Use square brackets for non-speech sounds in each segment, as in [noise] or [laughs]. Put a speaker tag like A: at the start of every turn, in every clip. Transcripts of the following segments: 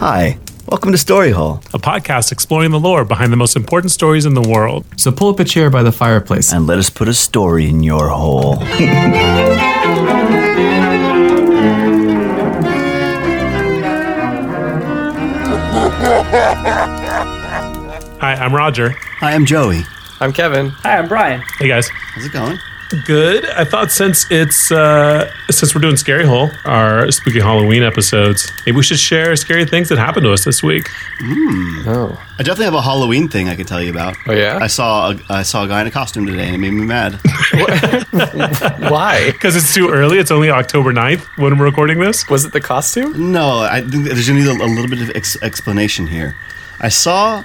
A: Hi, welcome to Story Hole.
B: a podcast exploring the lore behind the most important stories in the world.
C: So pull up a chair by the fireplace.
A: And let us put a story in your hole.
B: Hi, I'm Roger.
D: Hi, I'm Joey.
E: I'm Kevin.
F: Hi, I'm Brian.
B: Hey guys.
D: How's it going?
B: Good. I thought since it's uh since we're doing Scary Hole, our spooky Halloween episodes, maybe we should share scary things that happened to us this week.
E: Oh.
D: I definitely have a Halloween thing I could tell you about.
E: Oh, yeah?
D: I saw a, I saw a guy in a costume today, and it made me
E: [laughs]
D: mad.
E: Why?
B: Because it's too early, it's only October 9th when we're recording this.
E: Was it the costume?
D: no, I think there's gonna need a, a little bit of ex- explanation here. I saw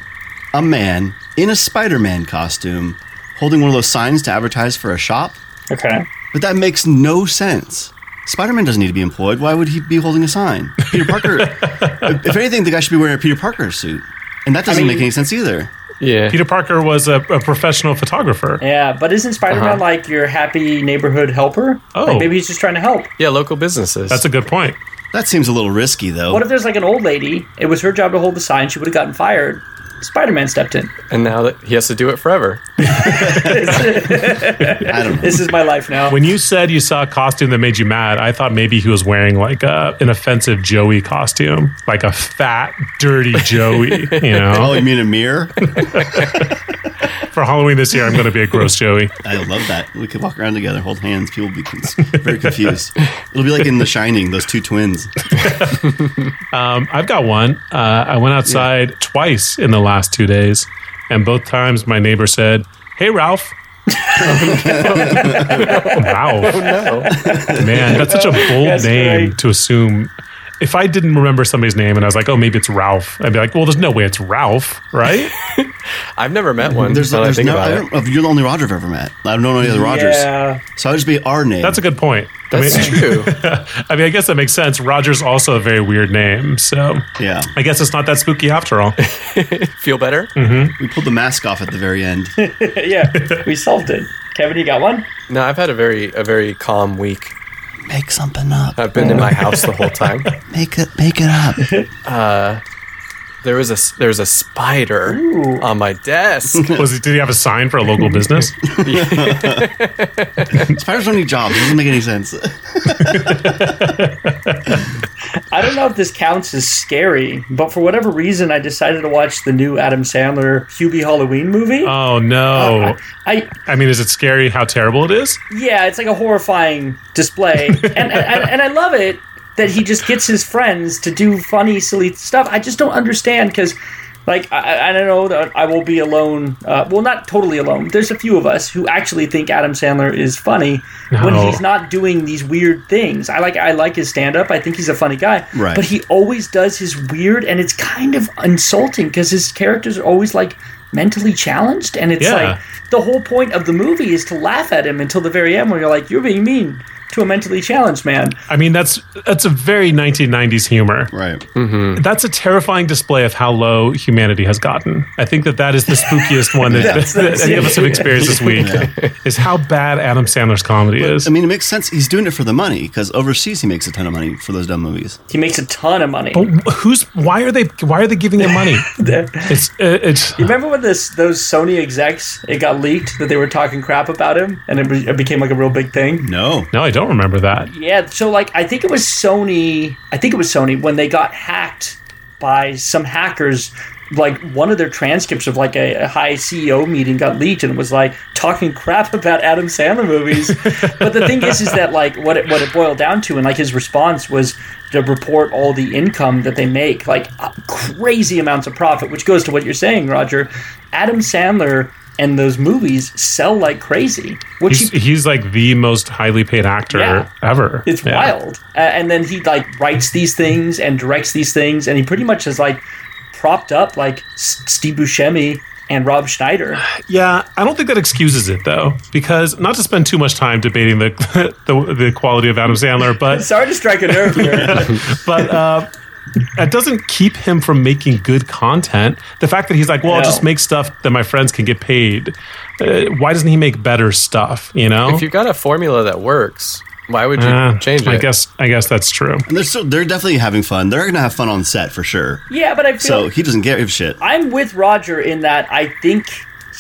D: a man in a Spider-Man costume holding one of those signs to advertise for a shop,
F: Okay.
D: but that makes no sense. Spider-Man doesn't need to be employed. Why would he be holding a sign? Peter
E: [laughs]
D: Parker. if if anything, the guy should be wearing a Peter Parker suit, and that doesn't
F: mean-
D: make any sense either.
E: Yeah.
B: Peter Parker was a, a professional photographer.
F: Yeah, but isn't Spider Man like your happy neighborhood helper?
B: Oh.
F: Like maybe he's just trying to help.
E: Yeah, local businesses.
B: That's a good point.
D: That seems a little risky, though.
F: What if there's like an old lady? It was her job to hold the sign. She would have gotten fired. Spider Man stepped in.
E: and now that he has to do it forever.
D: I
F: [laughs]
D: don't know.
F: This is my life now.
B: When you said you saw a costume that made you mad, I thought maybe he was wearing like a, an offensive Joey costume, like a fat, dirty Joey. [laughs] You
D: Oh,
B: know,
D: you mean a mirror?
B: for Halloween this year, I'm going to be a gross Joey.
D: I love that. We could walk around together, hold hands. People would be con- very confused. It'll be like in The Shining, those two
E: [laughs]
D: twins.
B: Um, I've got one. Uh, I went outside twice in the last two days, and both times my neighbor said, "Hey, Ralph." [laughs] Ralph.
E: No.
B: Man, that's such a bold
F: Oh, That's
B: name
F: great.
B: to assume. If I didn't remember somebody's name and I was like, "Oh, maybe it's Ralph," I'd be like, "Well, there's no way it's Ralph, right?"
E: I've never met one.
D: There's,
E: now that I
D: there's
E: think
D: no.
E: about
D: I
E: it.
D: don't, know if you're the only Roger I've ever met. I don't know any other Rogers.
F: Yeah.
D: So I'll just be our name.
B: That's a good point. I
E: That's
B: mean,
E: true.
B: [laughs] I mean, I guess that makes sense. Roger's also a very weird name, so
D: [laughs] yeah.
B: I guess it's not that spooky after all.
E: Feel better?
B: Mm.
D: We pulled the mask off at the very
F: [laughs]
D: end.
F: yeah, we solved it. Kevin, you got one?
E: No, I've had a very a very calm week.
D: make something up.
E: I've been in
B: Mm.
E: my house the whole time.
D: Make it. Make it up.
F: [laughs]
E: There was a s- there was a spider on my desk.
B: Was he, did he have a sign for a local business?
D: Spiders don't need jobs. It doesn't make any sense.
F: I don't know if this counts as scary, but for whatever reason, I decided to watch the new Adam Sandler Hubie Halloween movie.
B: Oh
F: [laughs]
B: no!
F: I
B: I mean, is it scary how terrible it is?
F: Yeah, it's like a horrifying display, and, and and and I love it that he just gets his friends to do funny, silly stuff. I just don't understand because, like, I, I- I don't know that I will be alone. Uh, well, not totally alone. There's a few of us who actually think Adam Sandler is funny when
B: No.
F: he's not doing these weird things. I like I like his stand up. I think he's a funny guy,
D: Right.
F: but he always does his weird, and it's kind of insulting because his characters are always like mentally challenged, and it's
B: Yeah.
F: like the whole point of the movie is to laugh at him until the very end where you're like you're being mean to a mentally challenged man
B: I mean, that's that's a very 1990s humor.
D: right.
B: That's a terrifying display of how low humanity has gotten. I think that that is the spookiest one that,
F: [laughs] Yes,
B: that
F: that's
B: any of
F: it.
B: us have experienced this week. Is how bad Adam Sandler's comedy is.
D: I mean, it makes sense. He's doing it for the money because overseas he makes a ton of money for those dumb movies.
F: he makes a ton of
B: Oh.
F: money
B: Who's? Why are they? Why are they giving him money? it's uh, it's
F: [laughs] remember when this those sony execs it got leaked that they were talking crap about him and it, be- it became like a real big thing
D: No.
B: No, I don't remember that.
F: yeah so like i think it was sony i think it was sony when they got hacked by some hackers like one of their transcripts of like a, a high ceo meeting got leaked and was like talking crap [laughs] about adam sandler movies but the thing is is that like what it, what it boiled down to and like his response was to report all the income that they make like uh, crazy amounts of profit which goes to what you're saying roger adam sandler and those movies sell like crazy which
B: He's, he's like the most highly paid actor
F: Yeah.
B: ever.
F: it's
B: Yeah.
F: wild. Uh, and then he like writes these things and directs these things, and he pretty much is like propped up like S- Steve Buscemi and Rob Schneider.
D: [sighs]
B: Yeah, I don't think that excuses it though, because not to spend too much time debating the [laughs] the, the quality of Adam Sandler, but
F: Sorry to strike a
D: [laughs]
F: nerve here.
B: but uh, that doesn't keep him from making good content. The fact that he's like, well, I'll
F: No.
B: just make stuff that my friends can get paid. Uh, why doesn't he make better stuff? You know,
E: If you've got a formula that works, Why would you
B: Uh,
E: change it?
B: I guess I guess that's true.
D: And they're still, they're definitely having fun. They're gonna have fun on set for sure.
F: Yeah, but I feel
D: So he doesn't give a shit.
F: I'm with Roger in that I think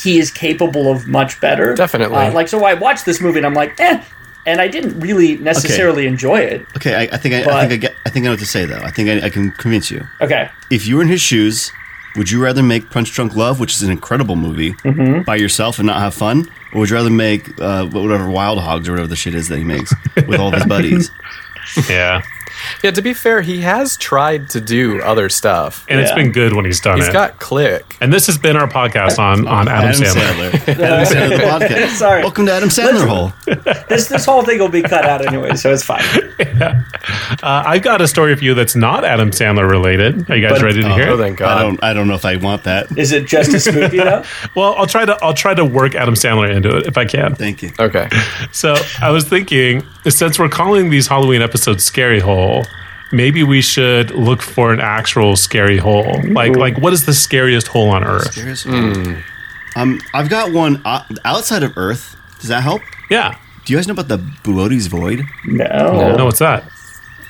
F: he is capable of much better.
E: Definitely.
F: Uh, like, so I watched this movie and I'm like, eh. And I didn't really necessarily enjoy it.
D: Okay, I, I think I, I
F: But-
D: think I get. I think I know what to say though. I think I, I can convince you.
F: Okay.
D: If you were in his shoes, would you rather make Punch Drunk Love, which is an incredible movie,
F: Mm-hmm.
D: by yourself and not have fun, or would you rather make uh, whatever Wild Hogs or whatever the shit is that he makes with all of his buddies?
B: Yeah,
E: yeah, to be fair, he has tried to do other stuff.
B: and it's
F: Yeah.
B: been good when he's done
E: He's
B: it.
E: got click.
B: and this has been our podcast on on Adam,
D: Adam
B: Sandler.
D: Sandler. Adam Sandler the
F: [laughs]
D: podcast.
F: Sorry.
D: Welcome to Adam Sandler Hole.
F: This this whole thing will be cut out anyway, so it's fine.
B: Uh, I've got a story for you that's not Adam Sandler related. Are you guys
F: But-
B: ready to hear
E: Oh,
B: it?
E: thank
D: I
E: God.
D: don't. I don't know if I want that.
F: Is it just as
D: [laughs]
F: spooky though?
B: Well, I'll try to I'll try to work Adam Sandler into it if I can.
D: Thank you.
E: Okay.
B: So I was thinking, since we're calling these Halloween episodes "Scary Hole," maybe we should look for an actual scary hole. Like, like what is the scariest hole on Earth?
D: Here's one. Um, I've got one o- outside of Earth. Does that help?
B: Yeah.
D: Do you guys know about the Buotes Void?
F: No.
B: No, what's that?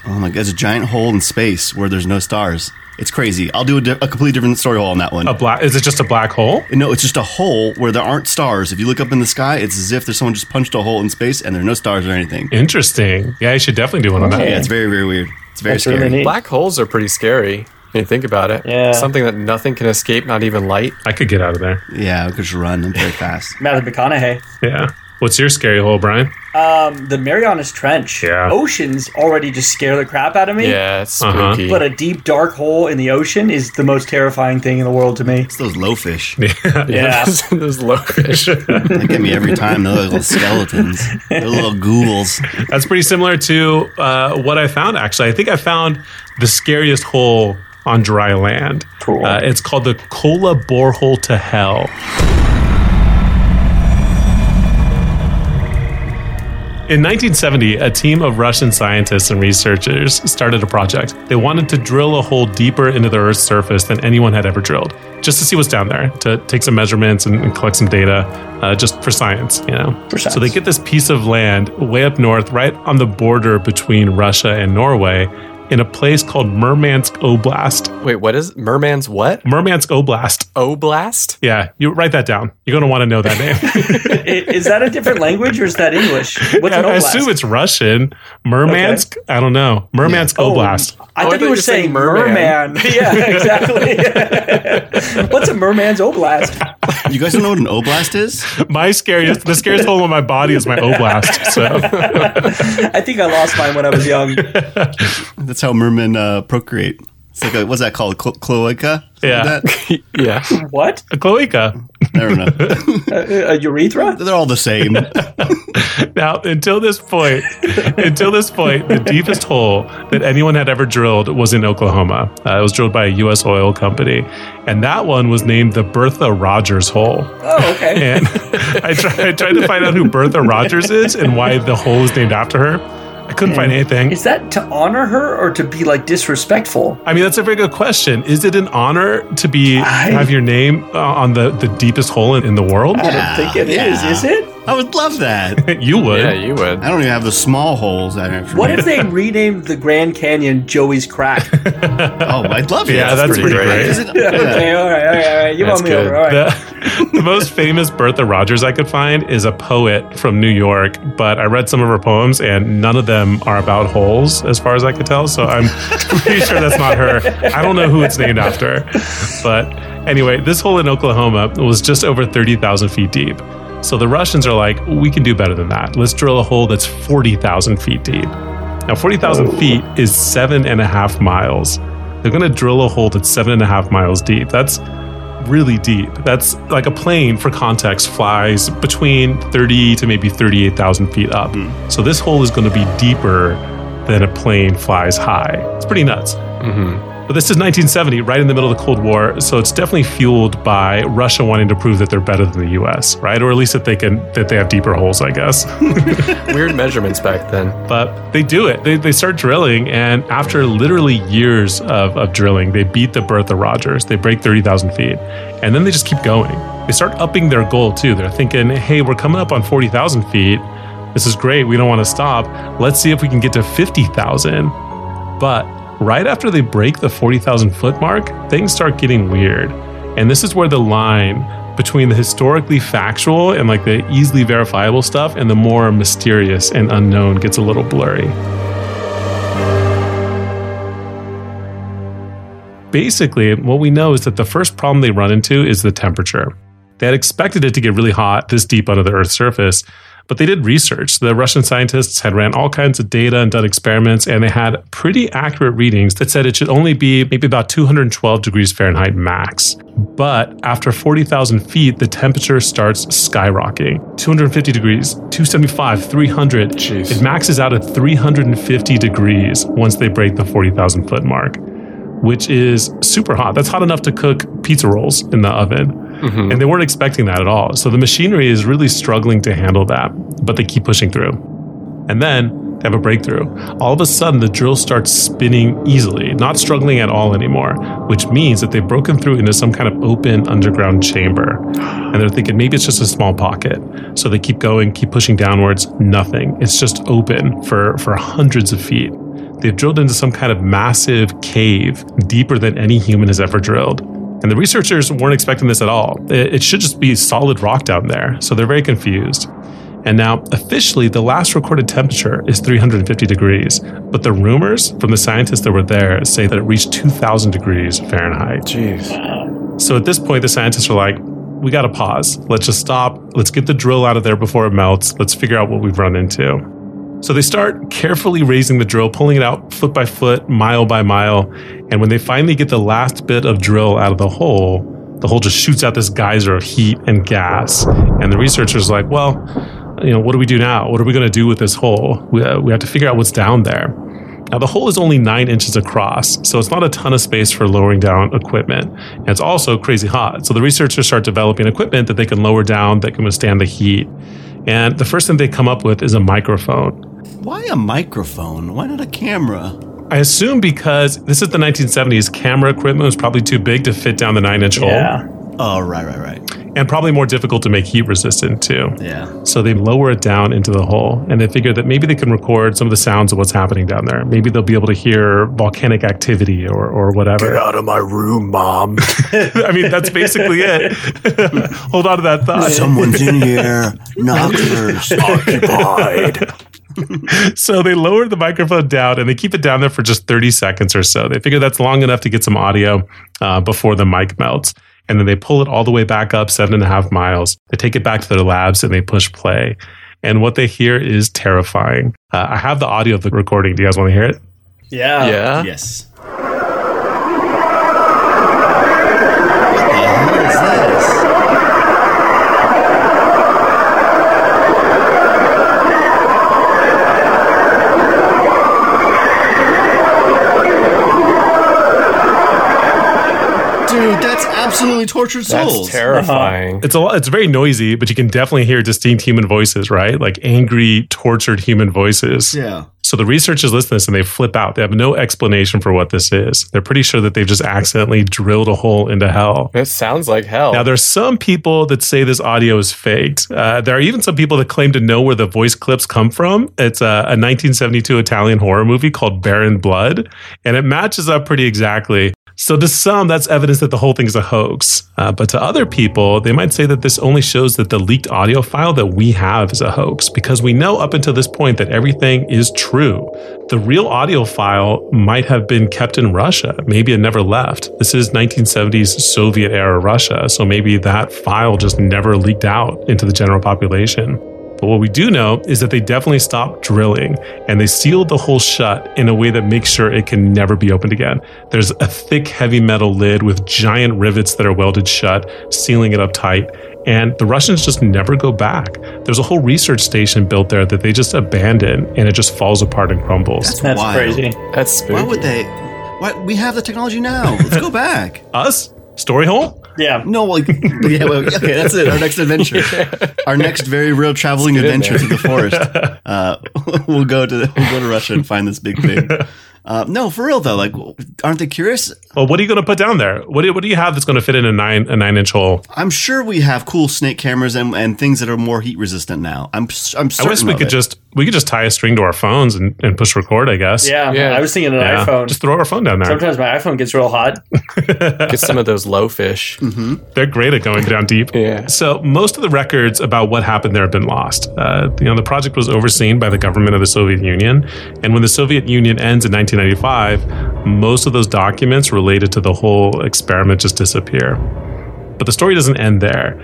D: Oh my god, it's a giant hole in space where there's no stars. It's crazy. I'll do a, di- a completely different story hole on that one.
B: A black? Is it just a black hole?
D: No, it's just a hole where there aren't stars. If you look up in the sky, it's as if there's someone just punched a hole in space and there are no stars or anything.
B: Interesting. Yeah, you should definitely do one on that.
D: Yeah, it's very, very weird. It's very
F: That's
D: scary.
F: really neat.
E: Black holes are pretty scary when you think about it.
F: Yeah.
E: Something that nothing can escape, not even light.
B: I could get out of there.
D: Yeah, I could just run. I'm very fast.
F: Matthew McConaughey.
B: Yeah. What's your scary hole, Brian?
F: Um, the Marianas Trench.
B: Yeah.
F: Oceans already just scare the crap out of me.
E: Yeah, it's
B: Uh-huh.
E: spooky. [laughs]
F: But a deep dark hole in the ocean is the most terrifying thing in the world to me.
D: It's those low fish.
F: Yeah.
E: those, those low fish.
D: They get me every time. Those little skeletons. They're little ghouls.
B: That's pretty similar to uh, what I found. Actually, I think I found the scariest hole on dry land.
F: Cool.
B: Uh, it's called the Kola Borehole to Hell. In 1970, a team of Russian scientists and researchers started a project. They wanted to drill a hole deeper into the Earth's surface than anyone had ever drilled, just to see what's down there, to take some measurements and, and collect some data, uh, just for science, you know.
F: For
B: So they
F: science.
B: get this piece of land way up north, right on the border between Russia and Norway, in a place called Murmansk Oblast.
E: Wait, what is Merman's what?
B: Murmansk Oblast.
E: Oblast?
B: Yeah, you write that down. You're going to want to know that name.
F: [laughs] I- is that a different language or is [laughs] that English? What's
B: I [laughs]
F: an
B: I
F: oblast?
B: assume it's Russian. Murmansk? I don't know. Murmansk
F: Oh,
B: Oblast.
F: I
E: Oh, I
F: thought
E: thought
F: you
E: you
F: were
E: were saying
F: saying merman.
E: merman.
F: yeah, exactly. [laughs] What's a merman's oblast?
D: You guys don't know what an oblast is?
B: My scariest, the scariest hole in my body is my oblast. So
F: I think I lost mine when I was young.
D: That's how mermen uh, procreate. It's like a, what's that called? Clo- cloaca? Something
B: Yeah.
D: like that?
E: Yeah.
F: What?
B: a cloaca.
D: I don't know. [laughs]
F: A, a urethra?
D: They're all the same.
B: Now, until this point, until this point, the deepest hole that anyone had ever drilled was in Oklahoma. Uh, it was drilled by a U.S. oil company, and that one was named the Bertha Rogers Hole.
F: Oh, okay.
B: And I, try, I tried to find out who Bertha Rogers is and why the hole is named after her. I couldn't find anything.
F: Is that to honor her or to be like disrespectful?
B: I mean, that's a very good question. Is it an honor to be
F: I-
B: have your name uh, on the, the deepest hole in, in the world?
F: I don't think it is.
D: yeah.
F: is. it?
D: I would love that.
B: you would.
E: Yeah, you would.
D: I don't even have the small holes that are for
F: What
D: me.
F: if they renamed the Grand Canyon Joey's Crack?
D: Oh, I'd love it.
B: Yeah, that's pretty great.
D: Is it-
F: [laughs] okay, all right, all right, all right. You
E: That's
F: won me
E: good.
F: over. All right.
B: the, the most famous Bertha Rogers I could find is a poet from New York, but I read some of her poems and none of them are about holes, as far as I could tell. So I'm pretty sure that's not her. I don't know who it's named after. But anyway, this hole in Oklahoma was just over 30,000 feet deep. So the Russians are like, we can do better than that. Let's drill a hole that's 40,000 feet deep. Now, 40,000 feet is seven and a half miles. They're going to drill a hole that's seven and a half miles deep. That's really deep. That's like a plane, for context, flies between 30 to maybe 38,000 feet up. So this hole is going to be deeper than a plane flies high. It's pretty nuts. But this is 1970, right in the middle of the Cold War, so it's definitely fueled by Russia wanting to prove that they're better than the U.S., right? Or at least that they can that they have deeper holes, I guess.
E: Weird measurements back then.
B: But they do it. They, they start drilling, and after literally years of, of drilling, they beat the Bertha Rogers. They break 30,000 feet, and then they just keep going. They start upping their goal too. They're thinking, hey, we're coming up on 40,000 feet. This is great. We don't want to stop. Let's see if we can get to 50,000. But right after they break the 40,000 foot mark, things start getting weird. And this is where the line between the historically factual and like the easily verifiable stuff and the more mysterious and unknown gets a little blurry. Basically, what we know is that the first problem they run into is the temperature. They had expected it to get really hot this deep under the Earth's surface, but they did research. The Russian scientists had ran all kinds of data and done experiments, and they had pretty accurate readings that said it should only be maybe about 212 degrees Fahrenheit max. But after 40,000 feet, the temperature starts skyrocketing 250 degrees, 275, 300.
E: Jeez.
B: It maxes out at 350 degrees once they break the 40,000 foot mark which is super hot. That's hot enough to cook pizza rolls in the oven. And they weren't expecting that at all. So the machinery is really struggling to handle that, but they keep pushing through. And then they have a breakthrough. All of a sudden, the drill starts spinning easily, not struggling at all anymore, which means that they've broken through into some kind of open underground chamber. And they're thinking maybe it's just a small pocket. So they keep going, keep pushing downwards, nothing. It's just open for, for hundreds of feet. They've drilled into some kind of massive cave deeper than any human has ever drilled. And the researchers weren't expecting this at all. It, it should just be solid rock down there. So they're very confused. And now, officially, the last recorded temperature is 350 degrees. But the rumors from the scientists that were there say that it reached 2,000 degrees Fahrenheit.
E: Jeez.
B: So at this point, the scientists are like, we got to pause. Let's just stop. Let's get the drill out of there before it melts. Let's figure out what we've run into. So they start carefully raising the drill, pulling it out foot by foot, mile by mile. And when they finally get the last bit of drill out of the hole, the hole just shoots out this geyser of heat and gas. And the researchers are like, well, you know, what do we do now? What are we going to do with this hole? We, uh, we have to figure out what's down there. Now, the hole is only nine inches across, so it's not a ton of space for lowering down equipment. And it's also crazy hot. So the researchers start developing equipment that they can lower down that can withstand the heat. And the first thing they come up with is a microphone.
D: Why a microphone? Why not a camera?
B: I assume because this is the 1970s, camera equipment was probably too big to fit down the nine inch
F: Yeah.
D: Oh, right, right, right.
B: hole, and probably more difficult to make heat resistant too.
D: Yeah.
B: So they lower it down into the hole, and they figure that maybe they can record some of the sounds of what's happening down there. Maybe they'll be able to hear volcanic activity or, or whatever.
E: Out of my room, mom.
B: [laughs] I mean, that's basically it. [laughs] Hold on to that thought.
D: Someone's in here. [laughs] Knockers.
E: Occupied.
B: So they lower the microphone down and they keep it down there for just 30 seconds or so. They figure that's long enough to get some audio uh, before the mic melts. And then they pull it all the way back up seven and a half miles. They take it back to their labs and they push play. And what they hear is terrifying. Uh, I have the audio of the recording. Do you guys want to hear it?
F: Yeah.
E: [laughs] Yeah.
D: Yes. What the hell is this? Dude, that's absolutely tortured
E: That's
D: souls.
E: terrifying.
B: It's a lot, it's very noisy, but you can definitely hear distinct human voices, right? Like angry, tortured human voices.
D: Yeah.
B: So the researchers listen to this and they flip out. They have no explanation for what this is. They're pretty sure that they've just accidentally drilled a hole into hell.
E: It sounds like hell.
B: Now, there's some people that say this audio is faked. Uh, there are even some people that claim to know where the voice clips come from. It's a, a 1972 Italian horror movie called Barren Blood, and it matches up pretty exactly. So, to some, that's evidence that the whole thing is a hoax. Uh, but to other people, they might say that this only shows that the leaked audio file that we have is a hoax because we know up until this point that everything is true. The real audio file might have been kept in Russia. Maybe it never left. This is 1970s Soviet era Russia, so maybe that file just never leaked out into the general population. But what we do know is that they definitely stopped drilling and they sealed the hole shut in a way that makes sure it can never be opened again. There's a thick heavy metal lid with giant rivets that are welded shut, sealing it up tight. And the Russians just never go back. There's a whole research station built there that they just abandon and it just falls apart and crumbles.
F: That's
D: Wild.
F: crazy.
E: That's spooky.
D: Why would they? Why, we have the technology now. Let's go back.
B: Us? Story hole?
F: Yeah.
D: No, like,
B: [laughs]
D: yeah, well, okay, that's it. Our next adventure, our next very real traveling
E: Let's get
D: [laughs]
B: [laughs] [laughs]
E: in
D: adventure through the forest. Uh, we'll go to we'll go to Russia and find this big thing. Uh, no, for real though. Like, w- aren't they curious?
B: Well, what are you going to put down there? What do, what do you have that's going to fit in a nine a nine inch hole?
D: I'm sure we have cool snake cameras and, and things that are more heat resistant now. I'm s- I'm
B: I
D: certain
B: wish we
D: of
B: could
D: it.
B: just we could just tie a string to our phones and, and push record. I guess.
F: Yeah,
E: Yeah.
F: I was thinking an
B: Yeah.
F: iPhone.
B: Just throw our phone down there.
F: Sometimes my iPhone gets real hot.
E: Get some of those low fish.
B: They're great at going down deep.
E: Yeah.
B: So most of the records about what happened there have been lost. Uh, you know, the project was overseen by the government of the Soviet Union, and when the Soviet Union ends in 1995, most of those documents related to the whole experiment just disappear. But the story doesn't end there.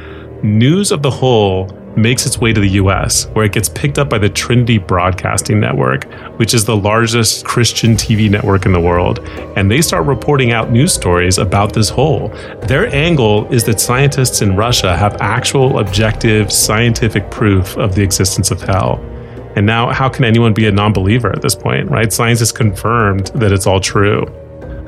B: News of the whole makes its way to the US, where it gets picked up by the Trinity Broadcasting Network, which is the largest Christian TV network in the world. And they start reporting out news stories about this hole. Their angle is that scientists in Russia have actual, objective, scientific proof of the existence of hell. And now, how can anyone be a non believer at this point, right? Science has confirmed that it's all true.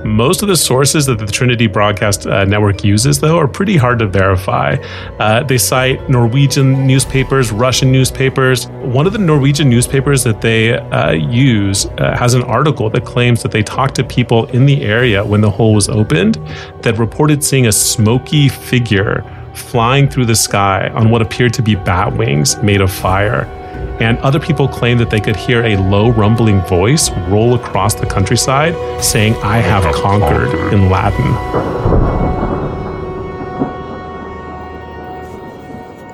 B: Most of the sources that the Trinity Broadcast uh, Network uses, though, are pretty hard to verify. Uh, they cite Norwegian newspapers, Russian newspapers. One of the Norwegian newspapers that they uh, use uh, has an article that claims that they talked to people in the area when the hole was opened that reported seeing a smoky figure flying through the sky on what appeared to be bat wings made of fire and other people claim that they could hear a low rumbling voice roll across the countryside saying, I have conquered in Latin.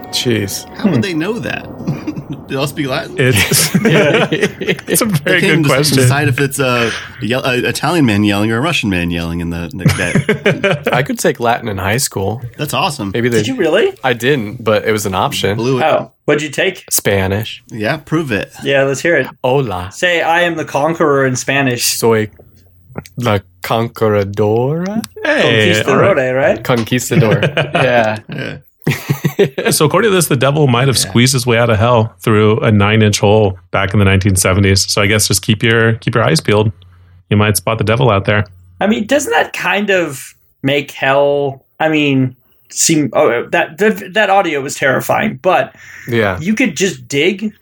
E: Jeez.
D: How would they know that? [laughs] they all speak Latin.
B: It's, [laughs] it's a
D: They
B: very good
D: can't just
B: question.
D: Decide if it's a, a, yell- a Italian man yelling or a Russian man yelling in the.
B: [laughs]
D: That,
E: I could take Latin in high school.
D: that's awesome.
E: Maybe they.
F: Did you really?
E: I didn't, but it was an option.
D: Blew it.
F: Oh, what'd you take?
E: Spanish.
D: Yeah, prove it.
F: Yeah, let's hear it.
E: Hola.
F: Say, I am the conqueror in Spanish.
E: Soy la conquistadora.
B: Hey, all right.
F: Conquistador, right? [laughs]
E: Conquistador. yeah.
B: So, according to this, the devil might have squeezed his way out of hell through a nine-inch hole back in the 1970s. So, I guess just keep your keep your eyes peeled. You might spot the devil out there.
F: I mean, doesn't that kind of make hell? I mean, seem oh that that, that audio was terrifying, but
E: Yeah.
F: you could just dig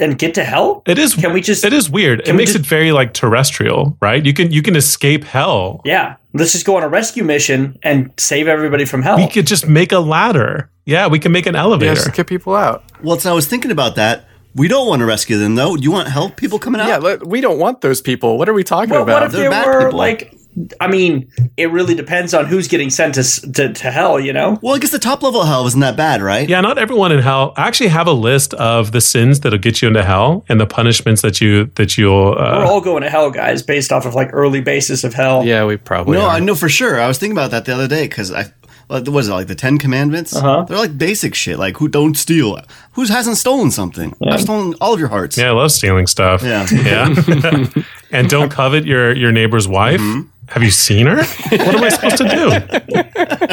F: and get to hell.
B: It is.
F: Can we just?
B: it is weird. It
F: we
B: makes
F: just-
B: it very like terrestrial, right? You can you can escape hell.
F: Yeah, let's just go on a rescue mission and save everybody from hell.
B: We could just make a ladder. Yeah, we can make an elevator.
E: Yeah, just get people out.
D: Well, so I was thinking about that. We don't want to rescue them though. You want help people coming out?
E: Yeah, let- we don't want those people. What are we talking
F: Well,
E: about?
F: what if
D: They're
F: there
D: bad
F: were
D: people.
F: like? I mean, it really depends on who's getting sent to, s- to to hell. You know,
D: Well, I guess the top level hell isn't that bad, right?
B: Yeah, not everyone in hell. I actually have a list of the sins that'll get you into hell and the punishments that you that you'll.
F: we're
B: Uh,
F: all going to hell, guys, based off of like early basis of hell.
E: yeah, we probably.
D: No,
E: are.
D: I know for sure. I was thinking about that the other day because I what was it like the Ten Commandments? Uh-huh. They're like basic shit, like who don't steal, who hasn't stolen something. I've stolen all of your hearts.
B: yeah, I love stealing stuff.
D: Yeah.
F: [laughs]
B: yeah. and don't covet your your neighbor's wife.
F: Mm-hmm.
B: Have you seen her? What am I supposed to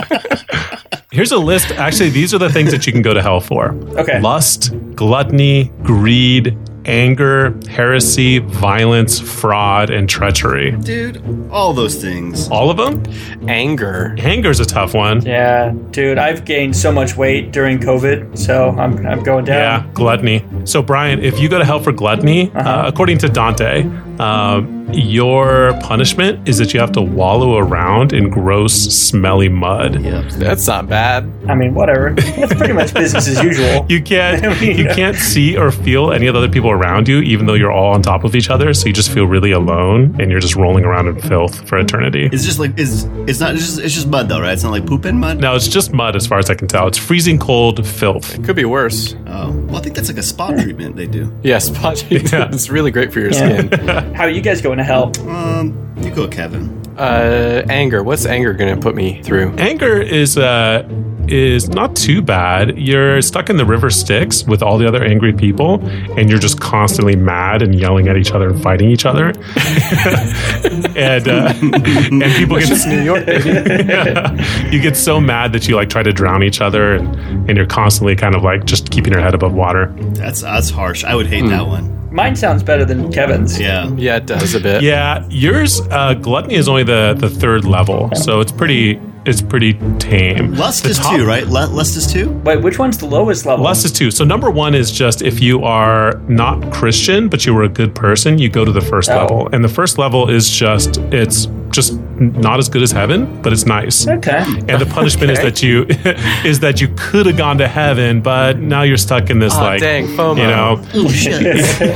B: do? Here's a list. Actually, these are the things that you can go to hell for:
F: Okay.
B: lust, gluttony, greed, anger, heresy, violence, fraud, and treachery.
D: dude, all those things.
B: All of them.
E: anger.
B: Anger's a tough one.
F: Yeah, dude, I've gained so much weight during COVID, so I'm I'm going down.
B: Yeah, gluttony. So, Brian, if you go to hell for gluttony,
F: Uh-huh.
B: uh according to Dante, um, your punishment is that you have to wallow around in gross, smelly mud.
E: That's not bad.
F: I mean, whatever. It's pretty much business as usual.
B: You
F: [laughs]
B: can't
F: mean,
B: you
F: yeah.
B: can't see or feel any of the other people around you, even though you're all on top of each other. So you just feel really alone, and you're just rolling around in filth for eternity.
D: It's just like it's it's not it's just it's just mud though, right? It's not like poop in mud.
B: Now it's just mud, as far as I can tell. It's freezing cold filth.
E: Could be worse.
D: Oh, well, I think that's like a spot treatment they do.
E: Yeah, spot [laughs] treatment.
B: Yeah.
E: It's really great for your
F: Yeah.
E: skin.
F: How are you guys going to hell?
D: Um, you go, Kevin.
E: Uh, anger. What's anger gonna put me through?
B: anger is uh is not too bad. You're stuck in the river Styx with all the other angry people, and you're just constantly mad and yelling at each other and fighting each other. [laughs] and uh, and people get
E: It's New York, baby.
B: [laughs] yeah. you get so mad that you like try to drown each other, and and you're constantly kind of like just keeping your head above water.
D: That's that's harsh. I would hate that one.
F: Mine sounds better than Kevin's.
D: Yeah.
E: Yeah, it does a bit.
B: Yeah, yours uh, gluttony is only the the third level, so it's pretty is pretty tame.
D: Lust
B: The
D: is
B: top-
D: two, right? Lu- Lust is two.
F: Wait, which one's the lowest level?
B: Lust is two. So number one is just if you are not Christian, but you were a good person, you go to the first
F: Oh.
B: level. And the first level is just it's just not as good as heaven, but it's nice.
F: okay.
B: And the punishment
E: Okay.
B: is that you [laughs] is that you could have gone to heaven, but now you're stuck in this
E: Aw,
B: like
E: Ah, dang, FOMO.
B: You know,
F: [laughs]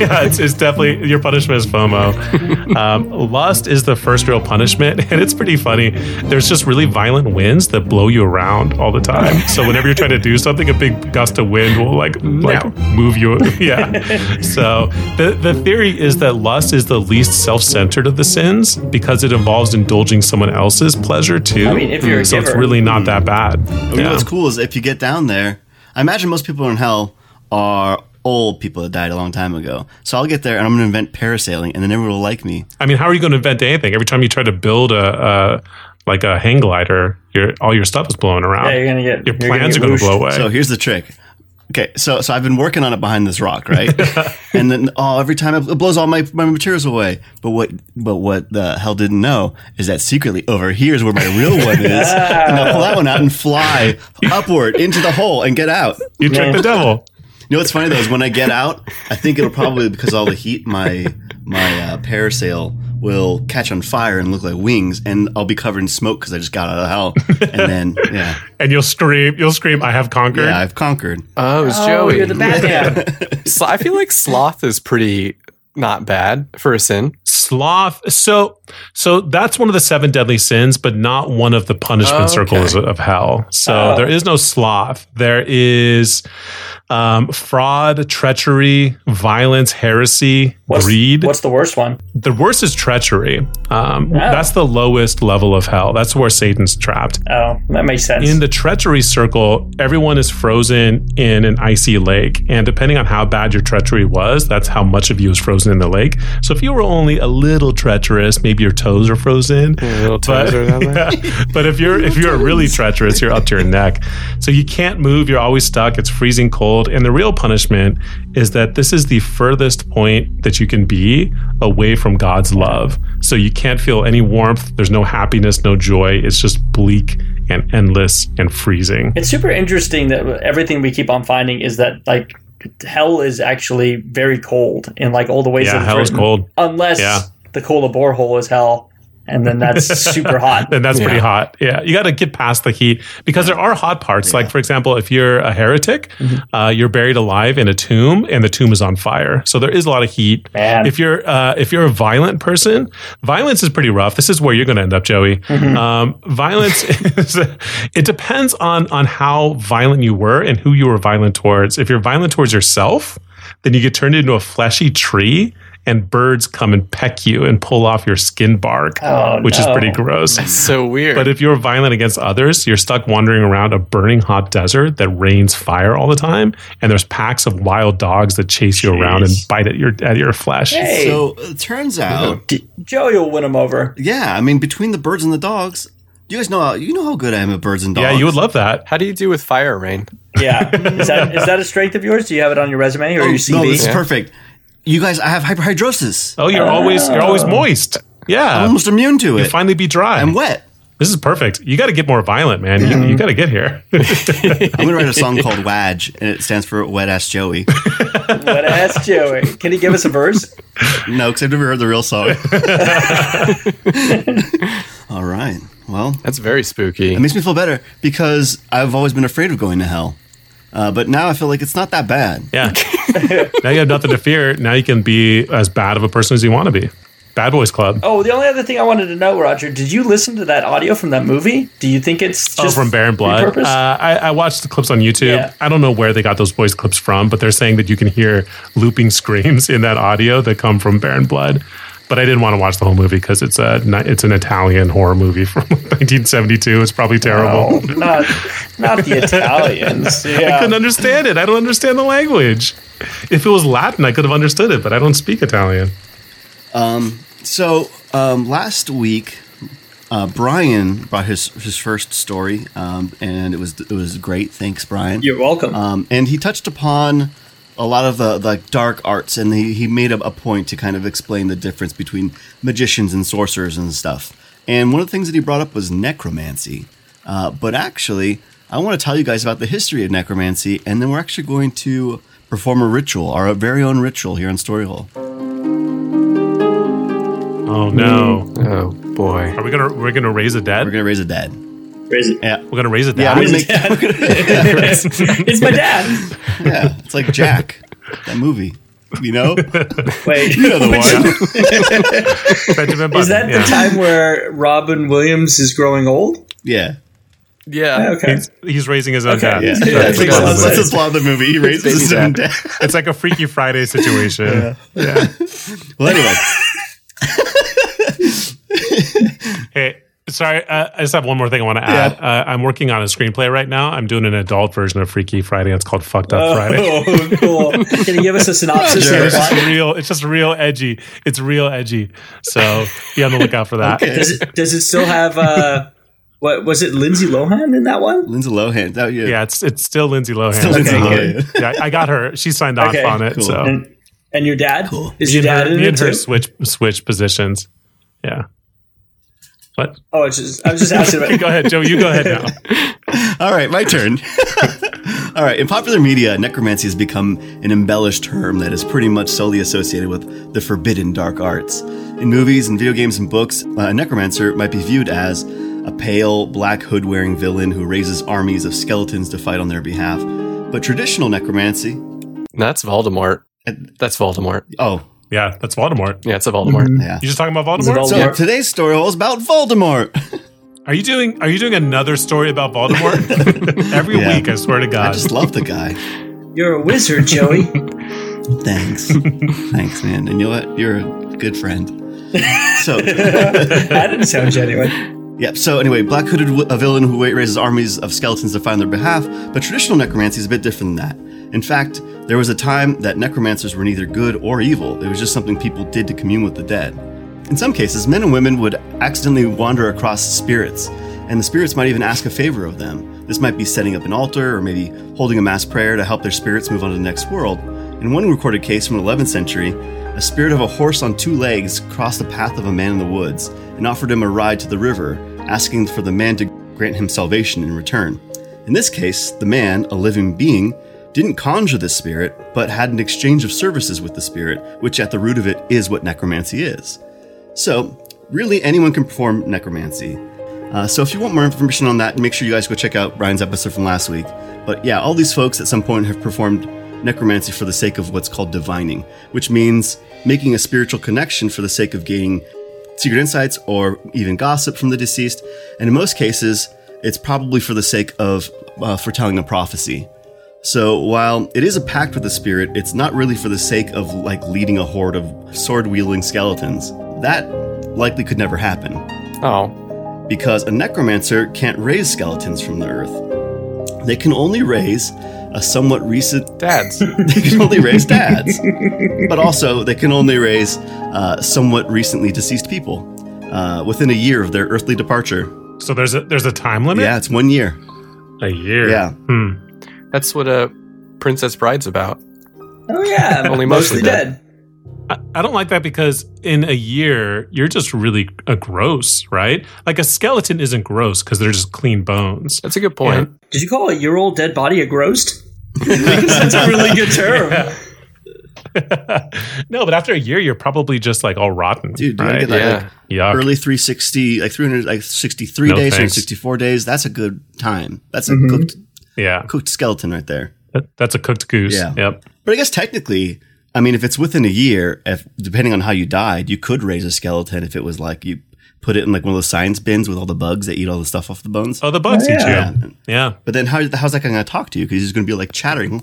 B: [laughs] yeah, it's, it's definitely your punishment is FOMO. Um, lust is the first real punishment, [laughs] and it's pretty funny. There's just really violent winds that blow you around all the time. So whenever you're trying to do something, a big gust of wind will like like move you. [laughs] Yeah. So the the theory is that lust is the least self-centered of the sins because it involves indulging someone else's pleasure too.
F: I mean, if you're a
B: so it's
F: giver.
B: really not that bad.
D: You know what's cool is if you get down there, I imagine most people in hell are old people that died a long time ago. So I'll get there and I'm going to invent parasailing, and then everyone will like me.
B: I mean, how are you going to invent anything? Every time you try to build a, a like a hang glider, your all your stuff is blowing around.
F: Yeah, you're gonna get-
B: your
F: you're gonna
B: plans
F: get
B: are going
F: whooshed.
B: to blow away.
D: So here's the trick. Okay, so so I've been working on it behind this rock, right? and then oh, every time it it blows all my, my materials away. But what but what the hell didn't know is that secretly over here is where my real one is, and I'll pull that one out and fly upward into the hole and get out. You
B: you trick the devil.
D: know what's funny though is when I get out, I think it'll probably because all the heat, my my uh, parasail will catch on fire and look like wings, and I'll be covered in smoke because I just got out of hell. And then
B: [laughs]
D: yeah,
B: And you'll scream, you'll scream, I have conquered.
D: yeah, I've conquered.
E: Oh, it's
F: Oh,
E: Joey.
F: you're the
E: [laughs]
F: Batman.
E: So I feel like sloth is pretty not bad for a sin.
B: Sloth. So, so that's one of the seven deadly sins, but not one of the punishment
E: Okay.
B: circles of hell. So
F: Oh.
B: there is no sloth. There is um, fraud, treachery, violence, heresy,
F: What's,
B: greed.
F: What's the worst one?
B: the worst is treachery. Um, That's the lowest level of hell. That's where Satan's trapped.
F: Oh, that makes sense.
B: In the treachery circle, everyone is frozen in an icy lake. And depending on how bad your treachery was, that's how much of you is frozen in the lake. So if you were only a little treacherous, maybe your toes are frozen.
E: Little
B: But,
E: toes are down
B: [laughs]
E: there.
B: yeah. But if you're if you're really treacherous, you're up to your neck. So you can't move, you're always stuck, it's freezing cold. And the real punishment is that this is the furthest point that you can be away from God's love. So you can't feel any warmth, there's no happiness, no joy. It's just bleak and endless and freezing.
F: it's super interesting that everything we keep on finding is that like hell is actually very cold in like all the ways. that
B: Yeah,
F: it's
B: hell is
F: written.
B: cold.
F: Unless
B: Yeah.
F: the cola borehole is hell, and then that's
B: [laughs]
F: super hot.
B: And that's pretty
E: Yeah.
B: hot. Yeah. You got to get past the heat because there are hot parts. Like, for example, if you're a heretic,
F: Mm-hmm.
B: uh, you're buried alive in a tomb and the tomb is on fire. So there is a lot of heat.
F: Man.
B: If you're uh, if you're a violent person, violence is pretty rough. This is where you're going to end up, Joey.
F: Mm-hmm.
B: Um, violence, is, it depends on, on how violent you were and who you were violent towards. If you're violent towards yourself, then you get turned into a fleshy tree. And birds come and peck you and pull off your skin bark,
F: Oh,
B: which
F: no.
B: is pretty gross.
E: [laughs] So weird.
B: But if you're violent against others, you're stuck wandering around a burning hot desert that rains fire all the time, and there's packs of wild dogs that chase you around and bite at your at your flesh.
F: Hey,
D: So it turns out
F: D- Joey will win him over.
D: Yeah, I mean between the birds and the dogs, you guys know how, you know how good I am at birds and dogs.
B: Yeah, you would love that.
E: How do you do with fire rain?
F: Yeah, is that is that a strength of yours? Do you have it on your resume or
D: Oh,
F: your
D: no, this is
F: CV?
D: perfect. You guys, I have hyperhidrosis.
B: Oh, you're always you're always moist. Yeah,
D: I'm almost immune to it.
B: finally be dry.
D: I'm wet.
B: This is perfect. You got to get more violent, man. You, you got to get here.
D: I'm gonna write a
B: [laughs]
D: song called Wadge, and it stands for Wet Ass Joey.
F: What ass Joey? Can he give us a verse?
D: No, because I've never heard the real song. All right. Well,
E: That's very spooky.
D: it makes me feel better because I've always been afraid of going to hell, uh, but now I feel like it's not that bad.
B: yeah. [laughs] now you have nothing to fear. Now you can be as bad of a person as you want to be. Bad Boys Club.
F: Oh, the only other thing I wanted to know, Roger, did you listen to that audio from that movie? Do you think it's
B: Oh,
F: just
B: from Baron Blood.
F: repurposed?
B: Uh, I, I watched the clips on YouTube.
F: Yeah.
B: I don't know where they got those voice clips from, but they're saying that you can hear looping [laughs] screams in that audio that come from Baron Blood. But I didn't want to watch the whole movie because it's a ni- it's an Italian horror movie [laughs] from 1972. It's probably terrible.
F: Oh, not,
B: [laughs]
F: not the Italians.
B: I couldn't
F: Yeah.
B: understand it. I don't understand the language. If it was Latin, I could have understood it, but I don't speak Italian.
D: So um, last week, uh, Brian brought his his first story, um, and it was it was great. Thanks, Brian.
F: You're welcome.
D: Um, and he touched upon a lot of the, the dark arts, and he, he made a, a point to kind of explain the difference between magicians and sorcerers and stuff. And one of the things that he brought up was necromancy. Uh, but actually, I want to tell you guys about the history of necromancy, and then we're actually going to perform a ritual, our very own ritual here on Storyhole.
B: Oh no.
E: Oh boy.
B: Are we gonna we're gonna raise a dead?
D: We're going to raise a dead.
F: Raise it.
D: Yeah.
B: We're gonna raise a dead.
D: Yeah, I'm gonna make,
F: [laughs]
B: [laughs]
F: it's my dad.
D: yeah, it's like Jack, that movie. You know,
F: Wait,
D: you know the one.
B: Benjamin Button.
F: is that
B: yeah.
F: the time where Robin Williams is growing old?
D: Yeah,
E: Yeah.
F: Okay.
B: He's, he's raising his own
F: Okay.
B: dead.
D: yeah.
F: Yeah,
D: That's
E: makes
D: the-
E: sense.
D: that's the plot of the movie. He raises his own dead.
B: It's like a Freaky Friday situation.
D: Well, anyway,
B: Hey, sorry, uh, I just have one more thing I want to add. Uh, I'm working on a screenplay right now. I'm doing an adult version of Freaky Friday. It's called Fucked Up
F: [laughs]
B: Friday.
F: Oh, cool. Can you give us a synopsis?
B: So
F: of
B: it's
F: what-
B: just real. It's just real edgy. It's real edgy. So be on the lookout for that.
F: Does it, does it still have uh, what was it? Lindsay Lohan in that one?
D: Lindsay Lohan. That, yeah,
B: Yeah, it's it's still Lindsay Lohan.
D: Still Lindsay
B: Okay.
D: Lohan.
B: yeah, I got her. She signed off
F: Okay,
B: on it.
D: cool.
B: So me
F: And, and your dad is your
B: and
F: dad
B: her,
F: in
B: Oh. me
F: it
B: and her
F: too?
B: switch switch positions. Yeah. What?
F: Oh, it's just, I was just asking about.
B: [laughs] Go ahead, Joe. You go ahead now.
D: All right, my turn. [laughs] All right, in popular media, necromancy has become an embellished term that is pretty much solely associated with the forbidden dark arts. In movies and video games and books, uh, a necromancer might be viewed as a pale, black hood wearing villain who raises armies of skeletons to fight on their behalf. But traditional necromancy,
E: That's Voldemort.
D: Uh,
E: That's Voldemort.
D: oh,
B: Yeah, that's Voldemort.
E: Yeah, it's a Voldemort.
D: yeah.
B: You just talking about
F: Is it
B: Voldemort?
F: all-
D: So
F: Voldemort.
D: today's story hole is about Voldemort.
B: Are you doing Are you doing another story about
D: [laughs]
B: Voldemort every
D: Yeah.
B: week? I swear to
D: I
B: God.
D: just love the guy.
F: You're a wizard, Joey.
D: Thanks, thanks, man. And you know what? You're a good friend. So.
F: that didn't sound genuine.
D: Yep. So anyway, black hooded wi- a villain who raises armies of skeletons to find their behalf, but traditional necromancy is a bit different than that. In fact, there was a time that necromancers were neither good or evil. It was just something people did to commune with the dead. In some cases, men and women would accidentally wander across spirits, and the spirits might even ask a favor of them. This might be setting up an altar or maybe holding a mass prayer to help their spirits move on to the next world. In one recorded case from the 11th century, a spirit of a horse on two legs crossed the path of a man in the woods and offered him a ride to the river, asking for the man to grant him salvation in return. In this case, the man, a living being, didn't conjure the spirit, but had an exchange of services with the spirit, which at the root of it is what necromancy is. So, really, anyone can perform necromancy. Uh, so, if you want more information on that, make sure you guys go check out Ryan's episode from last week. But yeah, all these folks at some point have performed necromancy for the sake of what's called divining, which means making a spiritual connection for the sake of gaining secret insights or even gossip from the deceased. And in most cases, it's probably for the sake of uh, foretelling a prophecy. So while it is a pact with the spirit, it's not really for the sake of like leading a horde of sword wielding skeletons. That likely could never happen
E: Oh.
D: because a necromancer can't raise skeletons from the earth. They can only raise a somewhat recent. [laughs]
B: [laughs]
E: Dads.
D: They can only raise dads, but also they can only raise uh, somewhat recently deceased people uh, within a year of their earthly departure.
B: so there's a there's a time limit.
D: Yeah, it's one year.
B: a year.
D: Yeah.
B: Hmm.
E: That's what a Princess Bride's about.
F: Oh yeah,
E: Only mostly dead.
B: I, I don't like that because in a year you're just really a gross, right? Like a skeleton isn't gross because they're just clean bones.
E: That's a good point.
F: Did you call a year old dead body a [laughs] grossed? because that's a really good term.
B: no, but after a year you're probably just like all rotten,
D: Dude, you gotta
B: Right?
D: get that like,
E: Yeah.
B: Yuck.
D: early 360, like 300, like 63
B: No
D: days,
B: thanks.
D: 364 days. That's a good time. That's a cooked,
B: Yeah,
D: cooked skeleton right there.
B: That- that's a cooked goose.
D: Yeah.
B: Yep.
D: But I guess technically, I mean, if it's within a year, if depending on how you died, you could raise a skeleton if it was like you put it in like one of those science bins with all the bugs that eat all the stuff off the bones.
B: Oh, the bugs eat
D: yeah.
B: you. Yeah,
D: But then how, how's that going to talk to you? Because he's going to be like chattering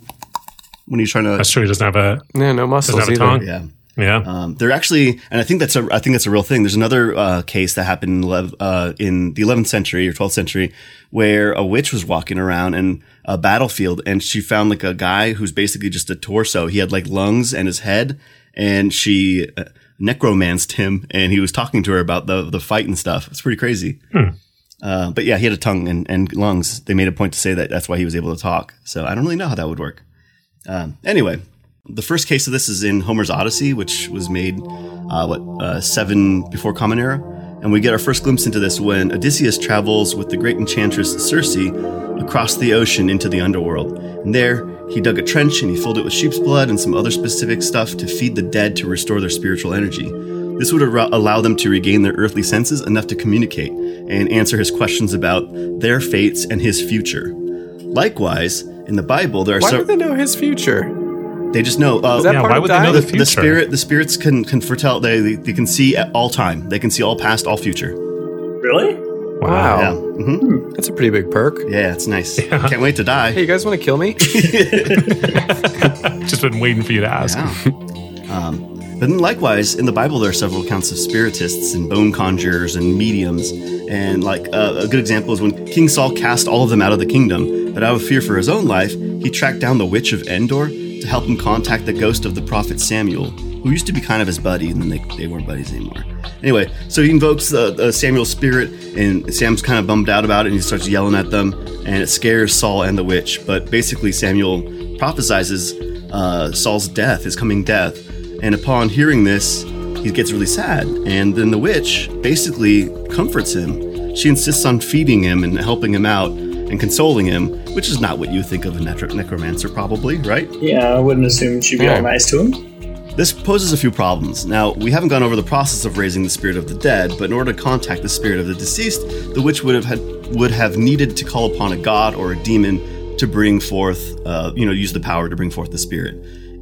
D: when you're trying to.
B: that's true. He doesn't have a
E: Yeah, no muscles
B: doesn't have a
E: either.
B: tongue.
D: yeah.
B: Yeah.
D: Um, they're actually, and I think that's a, I think that's a real thing. There's another uh, case that happened in, elev- uh, in the 11th century or 12th century where a witch was walking around in a battlefield and she found like a guy who's basically just a torso. He had like lungs and his head, and she uh, necromanced him, and he was talking to her about the the fight and stuff. It's pretty crazy. Uh, but yeah, he had a tongue and, and lungs. They made a point to say that that's why he was able to talk. So I don't really know how that would work. Um, anyway, the first case of this is in Homer's Odyssey, which was made uh, what uh, seven before Common Era, and and we get our first glimpse into this when Odysseus travels with the great enchantress Circe across the ocean into the underworld. And there, he dug a trench and he filled it with sheep's blood and some other specific stuff to feed the dead to restore their spiritual energy. This would ar- allow them to regain their earthly senses enough to communicate and answer his questions about their fates and his future. Likewise, in the Bible, there are
E: Why
D: so
E: do they know his future?
D: they just know uh,
E: Is that
B: Yeah,
E: part
B: why
E: of
B: would they know
E: dying?
B: the
D: the, the
B: future?
D: spirit the spirits can can foretell they, they they can see at all time they can see all past all future
F: Really?
E: Wow.
D: yeah
B: Oh.
D: hmm
E: That's a pretty big perk.
D: yeah it's nice can't wait to
E: Hey,
D: die
E: you guys want to kill
D: [laughs]
E: me?
B: Just been waiting for you to ask.
D: but then likewise in the bible there are several accounts of spiritists and bone conjurers and mediums and like uh, a good example is when king saul cast all of them out of the kingdom but out of fear for his own life he tracked down the witch of endor to help him contact the ghost of the prophet samuel who used to be kind of his buddy and then they, they weren't buddies anymore Anyway, so he invokes uh, uh, Samuel's spirit, and Sam's kind of bummed out about it, and he starts yelling at them, and it scares Saul and the witch. But basically, Samuel prophesizes uh, Saul's death, his coming death, and upon hearing this, he gets really sad. And then the witch basically comforts him. She insists on feeding him and helping him out and consoling him, which is not what you think of a necro- necromancer, probably, right?
F: Yeah, I wouldn't assume she'd be
E: Yeah.
F: all nice to him.
D: This poses a few problems. Now, we haven't gone over the process of raising the spirit of the dead, but in order to contact the spirit of the deceased, the witch would have had, would have needed to call upon a god or a demon to bring forth, uh, you know, use the power to bring forth the spirit.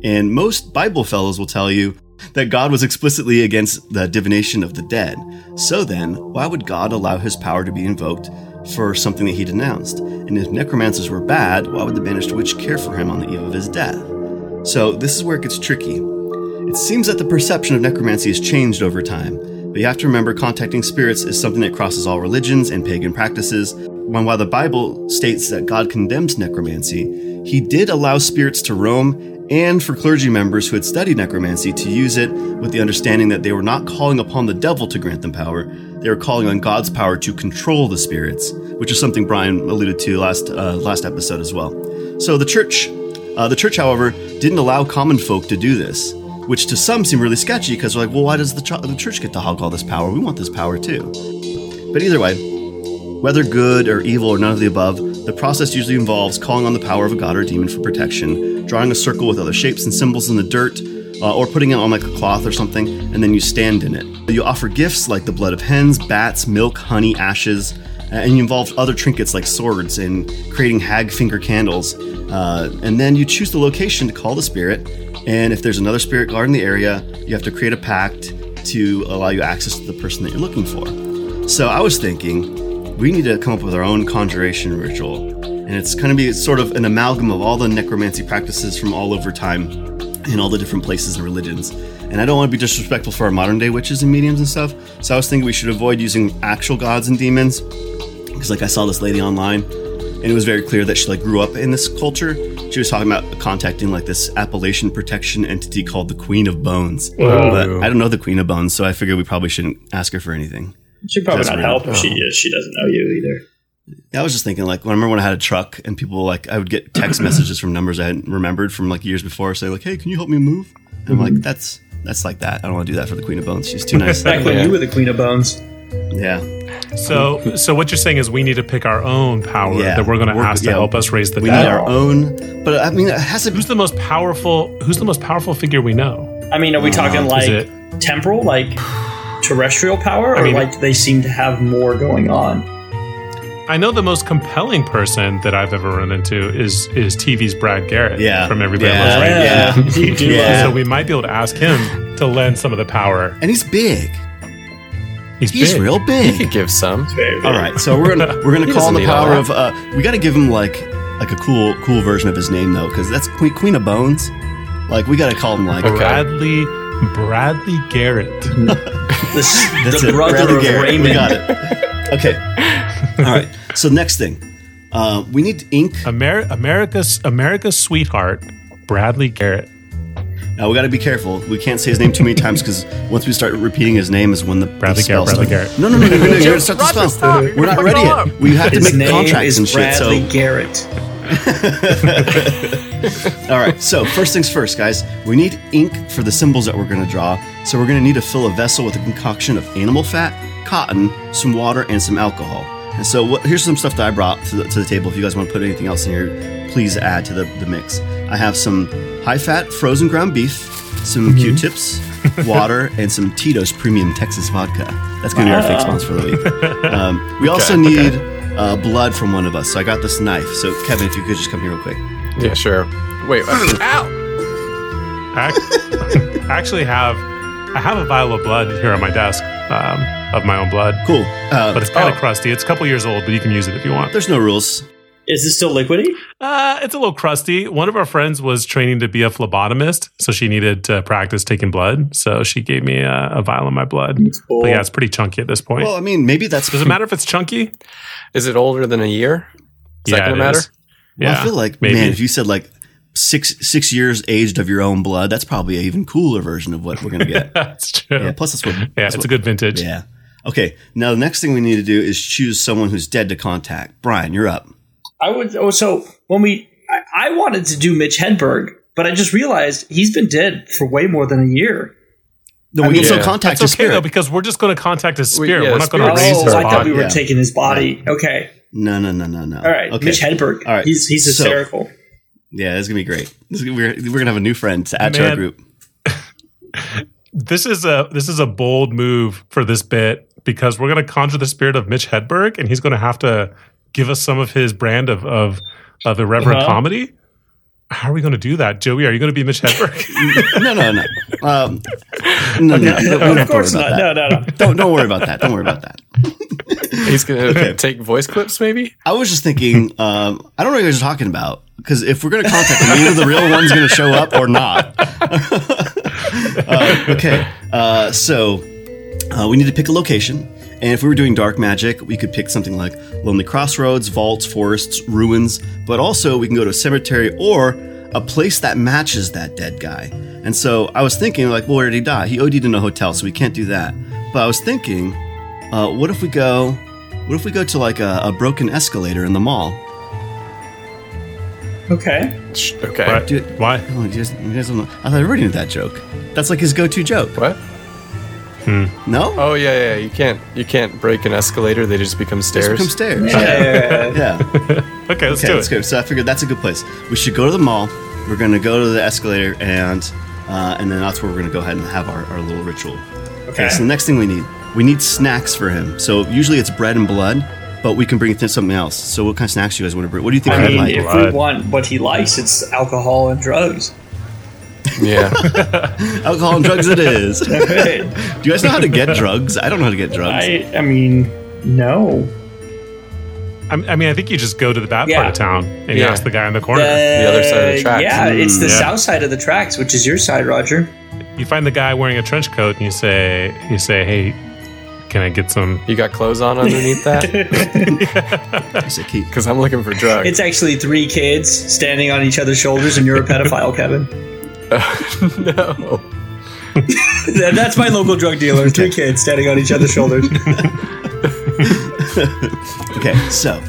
D: And most Bible fellows will tell you that God was explicitly against the divination of the dead. So then, why would God allow his power to be invoked for something that he denounced? And if necromancers were bad, why would the banished witch care for him on the eve of his death? So this is where it gets tricky. It seems that the perception of necromancy has changed over time, but you have to remember contacting spirits is something that crosses all religions and pagan practices. When while the Bible states that God condemns necromancy, he did allow spirits to roam and for clergy members who had studied necromancy to use it with the understanding that they were not calling upon the devil to grant them power, they were calling on God's power to control the spirits, which is something Brian alluded to last uh, last episode as well. So the church uh, the church, however, didn't allow common folk to do this, which to some seemed really sketchy because they're like, well, why does the, ch- the church get to hog all this power? We want this power too. But either way, whether good or evil or none of the above, the process usually involves calling on the power of a god or demon for protection, drawing a circle with other shapes and symbols in the dirt, uh, or putting it on like a cloth or something, and then you stand in it. You offer gifts like the blood of hens, bats, milk, honey, ashes, and you involve other trinkets like swords and creating hag finger candles. Uh, and then you choose the location to call the spirit, and if there's another spirit guard in the area, you have to create a pact to allow you access to the person that you're looking for. So I was thinking, we need to come up with our own conjuration ritual. And it's going to be sort of an amalgam of all the necromancy practices from all over time in all the different places and religions. And I don't want to be disrespectful for our modern day witches and mediums and stuff. So I was thinking we should avoid using actual gods and demons because like I saw this lady online, and it was very clear that she like grew up in this culture. She was talking about contacting like this Appalachian protection entity called the Queen of Bones. But I don't know the Queen of Bones, so I figured we probably shouldn't ask her for anything.
F: She'd probably
D: That's
F: not
D: real.
F: help if she if she doesn't know you either.
D: I was just thinking, like, when I remember when I had a truck and people, like, I would get
E: [clears throat]
D: text messages from numbers I hadn't remembered from like years before saying, like, hey, can you help me move? And I'm
E: Mm-hmm.
D: like, that's that's like that. I don't want to do that for the Queen of Bones. She's too
E: [laughs]
D: nice.
F: Back when
E: Yeah.
F: you were the Queen of Bones.
D: yeah.
B: So, so what you're saying is we need to pick our own power
D: Yeah.
B: that we're going to
D: We're-
B: ask to
D: yeah.
B: help us raise the
D: We
B: dead.
D: need our own. But I mean, it has to be.
B: who's the most powerful? Who's the most powerful figure we know?
F: I mean, are we
D: Uh,
F: talking like
B: it-
F: temporal, like terrestrial power, or
B: mean-
F: like they seem to have more going on?
B: I know the most compelling person that I've ever run into is is TV's Brad Garrett.
D: Yeah.
B: from Everybody
D: Yeah.
B: Loves Raymond.
F: [laughs]
D: Yeah.
F: you do.
D: Yeah.
B: So we might be able to ask him to lend some of the power.
D: And he's big.
B: He's,
D: He's
B: big.
D: real big.
E: Could give some.
D: All right, so we're
E: [laughs]
D: gonna we're gonna
E: He
D: call on
E: doesn't
D: the
E: need all
D: power
E: that.
D: of. Uh, we got to give him like like a cool cool version of his name though, because that's Queen, Queen of Bones. Like we got to call him like
E: Okay.
B: Bradley Bradley Garrett.
D: Hmm.
F: The,
D: [laughs]
F: s-
D: that's
F: the
D: it, Bradley
F: brother of
D: Garrett.
F: Raymond.
D: We got it. Okay. All right. So next thing, uh, we need ink.
B: Amer- America's America's sweetheart, Bradley Garrett.
D: Now we got to be careful. We can't say his name too many times because once we start repeating his name is when the the
B: Bradley
D: spell
B: Garrett, Bradley
D: starts.
B: Garrett.
D: No, no, no, no, no, no, You're gonna start the spell. We're not ready yet. We have to
F: His
D: make
F: name
D: contracts and
F: is
D: shit. So
F: Bradley Garrett.
D: All right, so first things first, guys. We need ink for the symbols that we're going to draw. So we're going to need to fill a vessel with a concoction of animal fat, cotton, some water, and some alcohol. And so what, here's some stuff that I brought to the, to the table. If you guys want to put anything else in here, please add to the, the mix. I have some high fat frozen ground beef, some Q tips, water, and some Tito's premium Texas vodka. That's going to be our fake sponsor for the week. Um, we also need uh, blood from one of us. So I got this knife. So, Kevin, if you could just come here real quick.
E: Yeah, sure. Wait. uh, ow!
B: I ac- [laughs] I actually have I have a vial of blood here on my desk um, of my own blood,
D: Cool. Uh,
B: but it's kind of
E: Oh.
B: crusty. It's a couple years old, but you can use it if you want.
D: there's no rules.
G: Is this still liquidy?
B: Uh, it's a little crusty. One of our friends was training to be a phlebotomist, so she needed to practice taking blood. So she gave me a, a vial of my blood. But yeah, it's pretty chunky at this point.
D: Well, I mean, maybe that's.
B: Does it matter if it's chunky?
E: Is it older than a year? Is
B: Yeah,
E: that gonna
B: it
E: matter?
B: is.
D: Well,
B: Yeah,
D: I feel like
B: maybe. [laughs]
D: man, if you said like six six years aged of your own blood, that's probably an even cooler version of what we're gonna
B: [laughs]
D: get.
B: That's true.
D: yeah,
B: Yeah,
D: plus that's what. that's
B: it's
D: what-
B: a good vintage.
D: Yeah. Okay. Now the next thing we need to do is choose someone who's dead to contact. Brian, you're up.
F: I would. Oh, so when we, I, I wanted to do Mitch Hedberg, but I just realized he's been dead for way more than a year.
D: No, we can still
E: yeah.
D: contact
B: That's
D: his
B: okay
D: spirit.
B: though, because we're just going to contact his
E: We-
B: spirit.
E: yeah,
B: we're not going
E: spirit.
B: to raise
F: Oh,
B: his
F: I thought
B: body.
F: we were
D: yeah.
F: taking his body. Okay,
D: no, no, no, no, no.
F: all right.
D: Okay.
F: Mitch Hedberg.
D: All right.
F: He's he's
D: So-
F: hysterical.
D: Yeah, this is gonna be great. This is gonna, we're we're gonna have a new friend to add to our
B: Man.
D: group.
B: this is a this is a bold move for this bit because we're going to conjure the spirit of Mitch Hedberg, and he's going to have to give us some of his brand of of of irreverent
F: Uh-huh.
B: comedy. How are we going to do that, Joey? Are you going to be
D: [laughs]
B: Mitch Hedberg?
D: No, no, no. Um, no, no, no. We don't have to
F: of
D: worry
F: course
D: about
F: not.
D: that.
F: No, no, no.
D: Don't don't worry about that. Don't worry about that.
E: He's gonna
D: [laughs]
E: take voice clips, maybe.
D: I was just thinking, um, I don't know what you guys are talking about because if we're going to contact them, either the real one's going to show up or not. [laughs] Uh, okay, uh, so uh, we need to pick a location. And if we were doing dark magic, we could pick something like lonely crossroads, vaults, forests, ruins, but also we can go to a cemetery or a place that matches that dead guy. And so I was thinking, like, well, where did he die? He OD'd in a hotel, so we can't do that. But I was thinking, uh, what if we go? What if we go to like a, a broken escalator in the mall?
F: Okay.
D: [laughs]
E: Sh- Okay.
B: Right.
D: Dude.
B: Why?
D: Oh, you guys, you guys don't know. I thought I already knew that joke. That's like his go-to joke.
E: What?
D: No,
E: Oh yeah, yeah. You can't you can't break an escalator. They just become
D: Just
E: stairs.
D: come stairs.
F: Uh,
D: Yeah.
B: Okay, let's
D: Okay,
B: do
D: let's
B: it.
D: go. So I figured that's a good place. We should go to the mall. We're gonna go to the escalator, and uh, and then that's where we're gonna go ahead and have our, our little ritual. Okay.
F: Okay.
D: So the next thing we need, we need snacks for him. So usually it's bread and blood, but we can bring th- something else. So what kind of snacks do you guys want to bring? What do you think?
F: I
D: we
F: mean,
D: might
F: if we
B: Blood.
F: want what he likes, it's alcohol and drugs. [laughs]
E: Yeah.
D: Alcohol and drugs. It is. do
F: I,
D: [laughs] you guys know how to get drugs? I don't know how to get drugs.
F: I mean, no.
B: I, I mean, I think you just go to the bad
F: Yeah.
B: part of town and you
E: Yeah.
B: ask the guy in the corner.
E: other side of the tracks.
F: Uh, Yeah, it's
D: Mm,
F: the
B: yeah.
F: south side of the tracks, which is your side, Roger.
B: you find the guy wearing a trench coat and you say, you say, hey, can I get some?
E: You got clothes on underneath that?
D: It's a key.
E: [laughs] Because I'm looking for drugs.
F: It's actually three kids standing on each other's shoulders, and you're a pedophile, [laughs] Kevin.
E: [laughs] no.
F: Th- That's my local
D: [laughs]
F: drug dealer. Three kids standing on each other's shoulders.
D: Okay, so,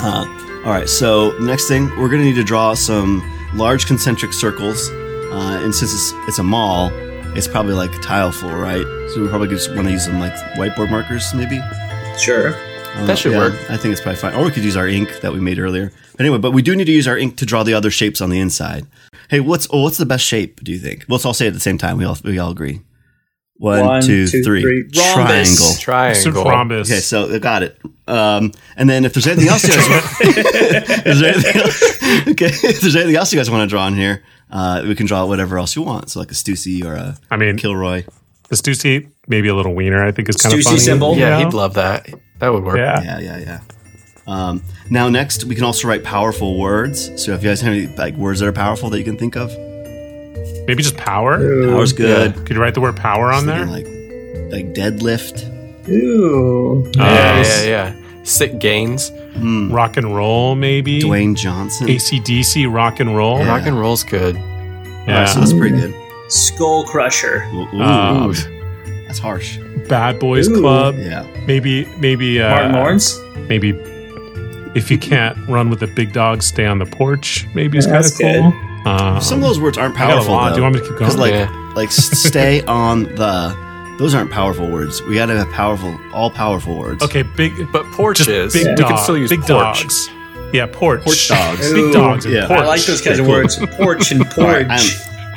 D: uh, all right. So next thing, we're gonna need to draw some large concentric circles, uh, and since it's, it's a mall, it's probably like tile floor, right? So we probably just want to use some like whiteboard markers, maybe.
F: Sure.
D: Uh,
E: That should work.
D: I think it's probably fine. Or we could use our ink that we made earlier. But anyway, but we do need to use our ink to draw the other shapes on the inside. Hey, what's oh, what's the best shape? Do you think? Well, let's all say it at the same time. We all we all agree. One,
F: One,
D: two,
F: two,
D: three.
F: three. Rhombus.
D: Triangle.
E: Triangle.
B: Rhombus.
D: Okay, so I got it. Um, and then if there's anything else you guys
B: [laughs]
D: want, [laughs] is there anything else, [laughs] okay, if there's anything else you guys want to draw in here, uh, we can draw whatever else you want. So like a Stussy or a
B: I mean,
D: Kilroy.
B: the Stussy, maybe a little wiener, I think is kind
F: Stussy
B: of funny.
F: symbol?
B: you
E: Yeah,
B: know?
E: he'd love that. That would work.
B: yeah.
D: Yeah, yeah, yeah. Um, now next, we can also write powerful words. So if you guys have any like words that are powerful that you can think of,
B: Maybe just power.
D: power's good.
B: Could you write the word power on there?
D: Something Like like deadlift.
F: Ooh.
E: Yeah,
B: Uh,
E: yeah, yeah. Sick gains.
B: rock and roll, maybe.
D: Hmm, Dwayne Johnson.
B: ACDC rock and roll.
D: Yeah.
E: Rock and roll's good.
D: All right, so that's pretty good.
F: Skull Crusher.
D: Ooh, ooh,
B: Um,
D: that's harsh.
B: Bad Boys
F: Ooh.
B: Club.
D: Yeah.
B: Maybe, maybe, uh,
F: Martin Lawrence.
B: maybe if you can't run with the big dog, stay on the porch. Maybe is
F: Yeah,
B: kind of
F: that's
B: cool. Um,
D: Some of those words aren't
B: I got a
D: powerful.
B: lot.
D: though.
B: Do you want me to keep
D: Because
B: [laughs] going?
D: like
E: Yeah.
D: like s- stay on the Those aren't powerful words. We got to have powerful, all powerful words.
B: Okay, big
E: But porches.
B: just big
E: we
B: dog-
E: can still use
B: big
E: porch.
B: dogs. Yeah, porch.
D: Porch dogs.
B: big dogs. And
D: Yeah. I
B: porch.
F: I like those kinds of
D: cool.
B: [laughs]
F: words. Porch and porch.
D: I'm,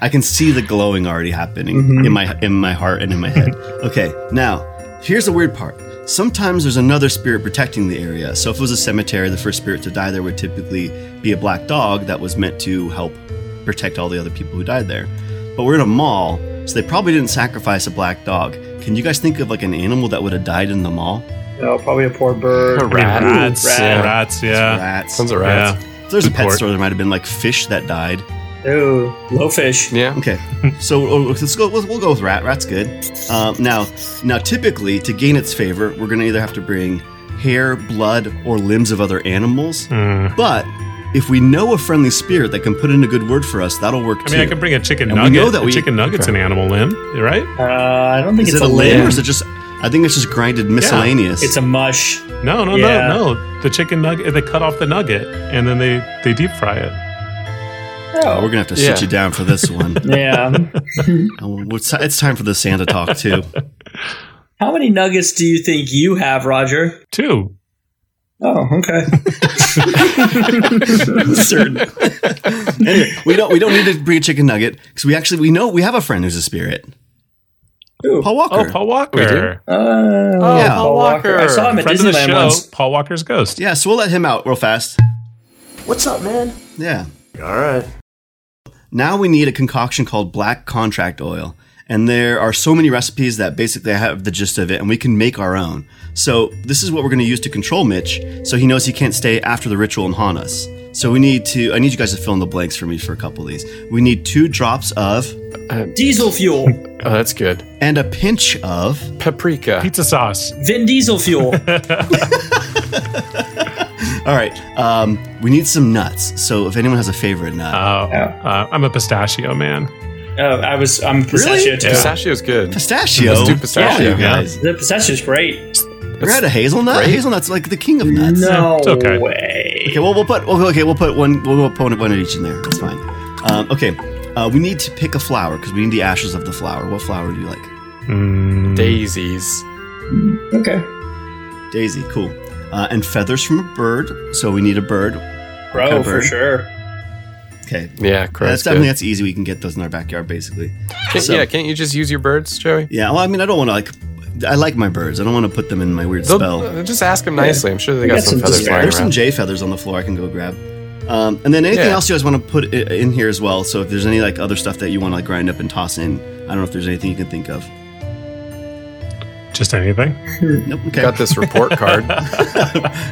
D: I can see the glowing already happening
B: Mm-hmm.
D: in my in my heart and in my
B: [laughs]
D: head. okay, now here's the weird part. Sometimes there's another spirit protecting the area. So if it was a cemetery, the first spirit to die there would typically be a black dog that was meant to help protect all the other people who died there. But we're in a mall, so they probably didn't sacrifice a black dog. Can you guys think of like an animal that would have died in the mall?
F: no, probably a poor bird.
E: A
B: I mean,
E: rat.
B: rats.
E: Ooh,
B: yeah,
E: rat.
B: Rats. Yeah.
D: Rats.
E: Tons of
B: Yeah.
E: rats.
D: If there's a
B: Good
D: pet
B: port.
D: store, there might have been like fish that died.
F: Ooh, low fish.
E: Yeah.
D: Okay,
B: Hmm.
D: so oh, let's go. We'll, we'll go with rat. Rat's good. Um, now, now, typically, to gain its favor, we're going to either have to bring hair, blood, or limbs of other animals.
B: Mm.
D: But if we know a friendly spirit that can put in a good word for us, that'll work
B: I
D: too.
B: mean, I could bring a chicken
D: And we
B: nugget.
D: know that
B: A
D: we-
B: chicken nugget's an animal limb, right?
F: Uh, I don't think
D: is
F: it's
D: it
F: a
D: limb, or
F: limb.
D: is it just? I think it's just grinded miscellaneous.
F: It's a mush.
B: No, no,
F: Yeah.
B: no, no. The chicken nugget. They cut off the nugget and then they they deep fry it.
D: Oh, we're gonna have to
E: Yeah.
D: sit you down for this one. [laughs]
F: Yeah.
D: Oh, it's it's time for the Santa talk too.
F: How many nuggets do you think you have, Roger?
B: Two.
F: Oh, okay.
D: Certain. anyway, we don't we don't need to bring a chicken nugget because we actually we know we have a friend who's a spirit.
F: Ooh.
D: Paul Walker.
B: Oh, Paul Walker.
E: We do?
F: Uh,
E: Oh,
D: Yeah.
E: Paul Walker.
F: I saw him at
B: Friend of the
F: Disneyland
B: show,
F: once.
B: Paul Walker's ghost.
D: Yeah, so we'll let him out real fast.
G: What's up, man?
D: Yeah.
G: All right.
D: Now we need a concoction called black contract oil. And there are so many recipes that basically I have the gist of it, and we can make our own. So this is what we're going to use to control Mitch, so he knows he can't stay after the ritual and haunt us. So we need to. I need you guys to fill in the blanks for me for a couple of these. We need two drops of,
F: Diesel fuel.
E: Oh, that's good.
D: and a pinch of.
E: Paprika.
B: Pizza sauce.
F: Vin Diesel fuel.
D: All right. Um, we need some nuts. So if anyone has a favorite nut,
B: Oh, uh, I'm a pistachio man.
F: Oh, I was. I'm pistachio too.
E: Pistachio's good.
D: pistachio.
E: Let's do pistachio.
D: Yeah, you guys.
F: The pistachio's great.
D: We're at a hazelnut. Hazelnut's like the king of nuts.
F: No
B: It's okay.
F: way.
D: uh, Okay, well we'll put well, okay we'll put one we'll put one of each in there. That's fine. Um, okay, uh, we need to pick a flower because we need the ashes of the flower. What flower do you like?
B: Mm,
E: Daisies.
F: Okay.
D: Daisy. Cool. Uh, and feathers from a bird. So we need a bird.
F: Bro,
D: Kind of
F: for
D: bird.
F: sure.
D: Okay.
E: Yeah,
D: that's
E: correct.
D: definitely
E: Yeah,
D: that's easy. We can get those in our backyard, basically.
E: can't,
D: so-
E: yeah, can't you just use your birds, Joey?
D: Yeah. Well, I mean, I don't want to like. I like my birds. I don't want to put them in my weird
E: They'll-
D: spell.
E: uh, just ask them nicely. I'm sure they
F: We
E: got,
F: got
E: some
F: some
E: feathers
F: just-
E: lying
D: There's some
E: around.
D: J feathers on the floor I can go grab. Um, and then anything
E: Yeah.
D: else you guys want to put i- in here as well. So if there's any like other stuff that you want to like grind up and toss in, I don't know if there's anything you can think of.
B: just anything.
D: Nope. Okay.
E: Got this report card.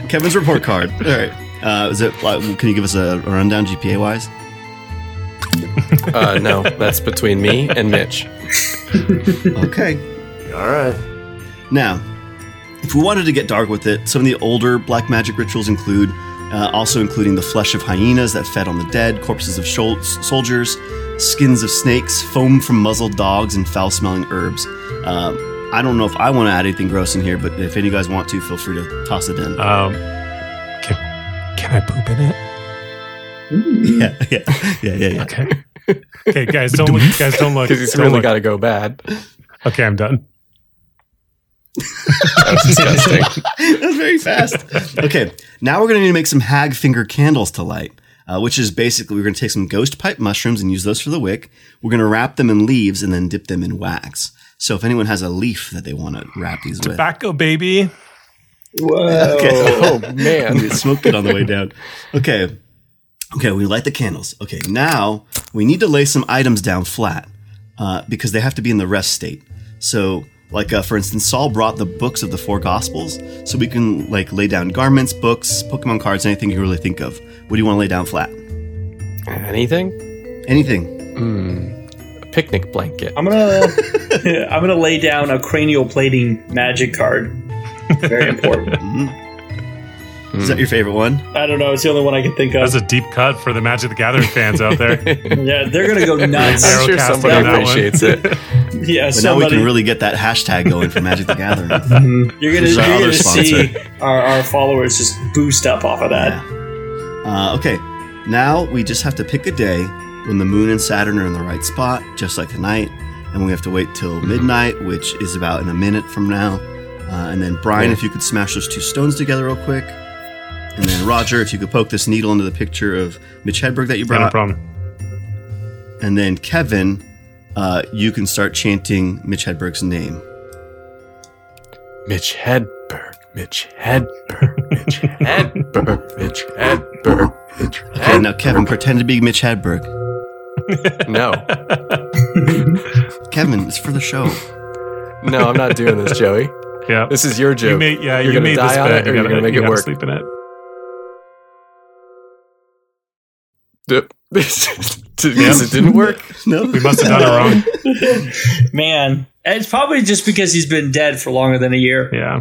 D: Kevin's report card. [laughs] All right. Uh, is it? uh, Can you give us a rundown GPA wise?
E: Uh, no, that's between me and Mitch.
D: Okay.
G: All right.
D: Now, if we wanted to get dark with it, some of the older black magic rituals include, uh, also including the flesh of hyenas that fed on the dead, corpses of shol- soldiers, skins of snakes, foam from muzzled dogs, and foul-smelling herbs. Um, I don't know if I want to add anything gross in here, but if any of you guys want to, feel free to toss it in.
B: Um, can, can I poop in it?
D: [laughs] yeah, yeah, yeah, yeah, yeah.
B: Okay. Okay, guys, don't look. Guys, don't
E: [laughs]
B: look.
E: Because he's
B: Don't
E: really
B: look.
E: got to go bad.
B: Okay, I'm done.
E: That was disgusting.
D: [laughs] that was very fast. Okay, now we're going to need to make some hag finger candles to light, uh, which is basically we're going to take some ghost pipe mushrooms and use those for the wick. We're going to wrap them in leaves and then dip them in wax. So if anyone has a leaf that they want to wrap these with,
B: Tobacco, baby.
F: Whoa.
D: okay,
E: [laughs] oh
D: [laughs]
E: man.
D: we smoked it on the way down. [laughs] Okay, okay, we light the candles. Okay, now we need to lay some items down flat uh, because they have to be in the rest state. So. Like uh, for instance, Saul brought the books of the four gospels, so we can like lay down garments, books, Pokemon cards, anything you really think of. What do you want to lay down flat?
E: Anything?
D: Anything.
E: A picnic blanket.
F: I'm gonna [laughs] I'm gonna lay down a cranial plating magic card. Very important.
D: Is that your favorite one?
F: I don't know. It's the only one I can think of.
B: That's a deep cut for the Magic the Gathering fans out
E: [laughs]
B: there.
F: Yeah, they're gonna go nuts.
B: Arrow
E: I'm sure
B: cast
E: somebody
B: on that one.
E: appreciates it.
F: [laughs] yeah,
D: But now we
F: somebody.
D: can really get that hashtag going for Magic the Gathering.
F: you're gonna,
D: Who's
F: you're
D: our
F: gonna
D: other
F: see
D: sponsor?
F: our, our followers just boost up off of that.
D: uh, okay, now we just have to pick a day when the moon and Saturn are in the right spot, just like tonight, and we have to wait till midnight, which is about in a minute from now. Uh, and then Brian, if you could smash those two stones together real quick, and then Roger, if you could poke this needle into the picture of Mitch Hedberg that you
B: Yeah, no
D: brought,
B: problem.
D: and then Kevin, uh, you can start chanting Mitch Hedberg's name.
E: [laughs] Mitch Hedberg. Mitch Hedberg. Mitch Hedberg. Mitch Hedberg. Mitch
D: Okay,
E: Hedberg.
D: now Kevin, pretend to be Mitch Hedberg.
E: No,
D: Kevin, it's for the show.
E: no, I'm not doing this, Joey.
B: Yeah.
E: This is your joke.
B: You made, yeah,
E: You're
B: you
E: gonna
B: made
E: die
B: this
E: on
B: bet.
E: it,
B: you
E: or you're
B: gotta,
E: gonna make
B: you
E: it
B: gotta
E: work.
B: sleep in it.
E: [laughs] Dup. This yes, it
B: [laughs]
E: didn't work.
D: [laughs] no,
B: We must have done it wrong.
F: Man, And it's probably just because he's been dead for longer than a year.
B: Yeah.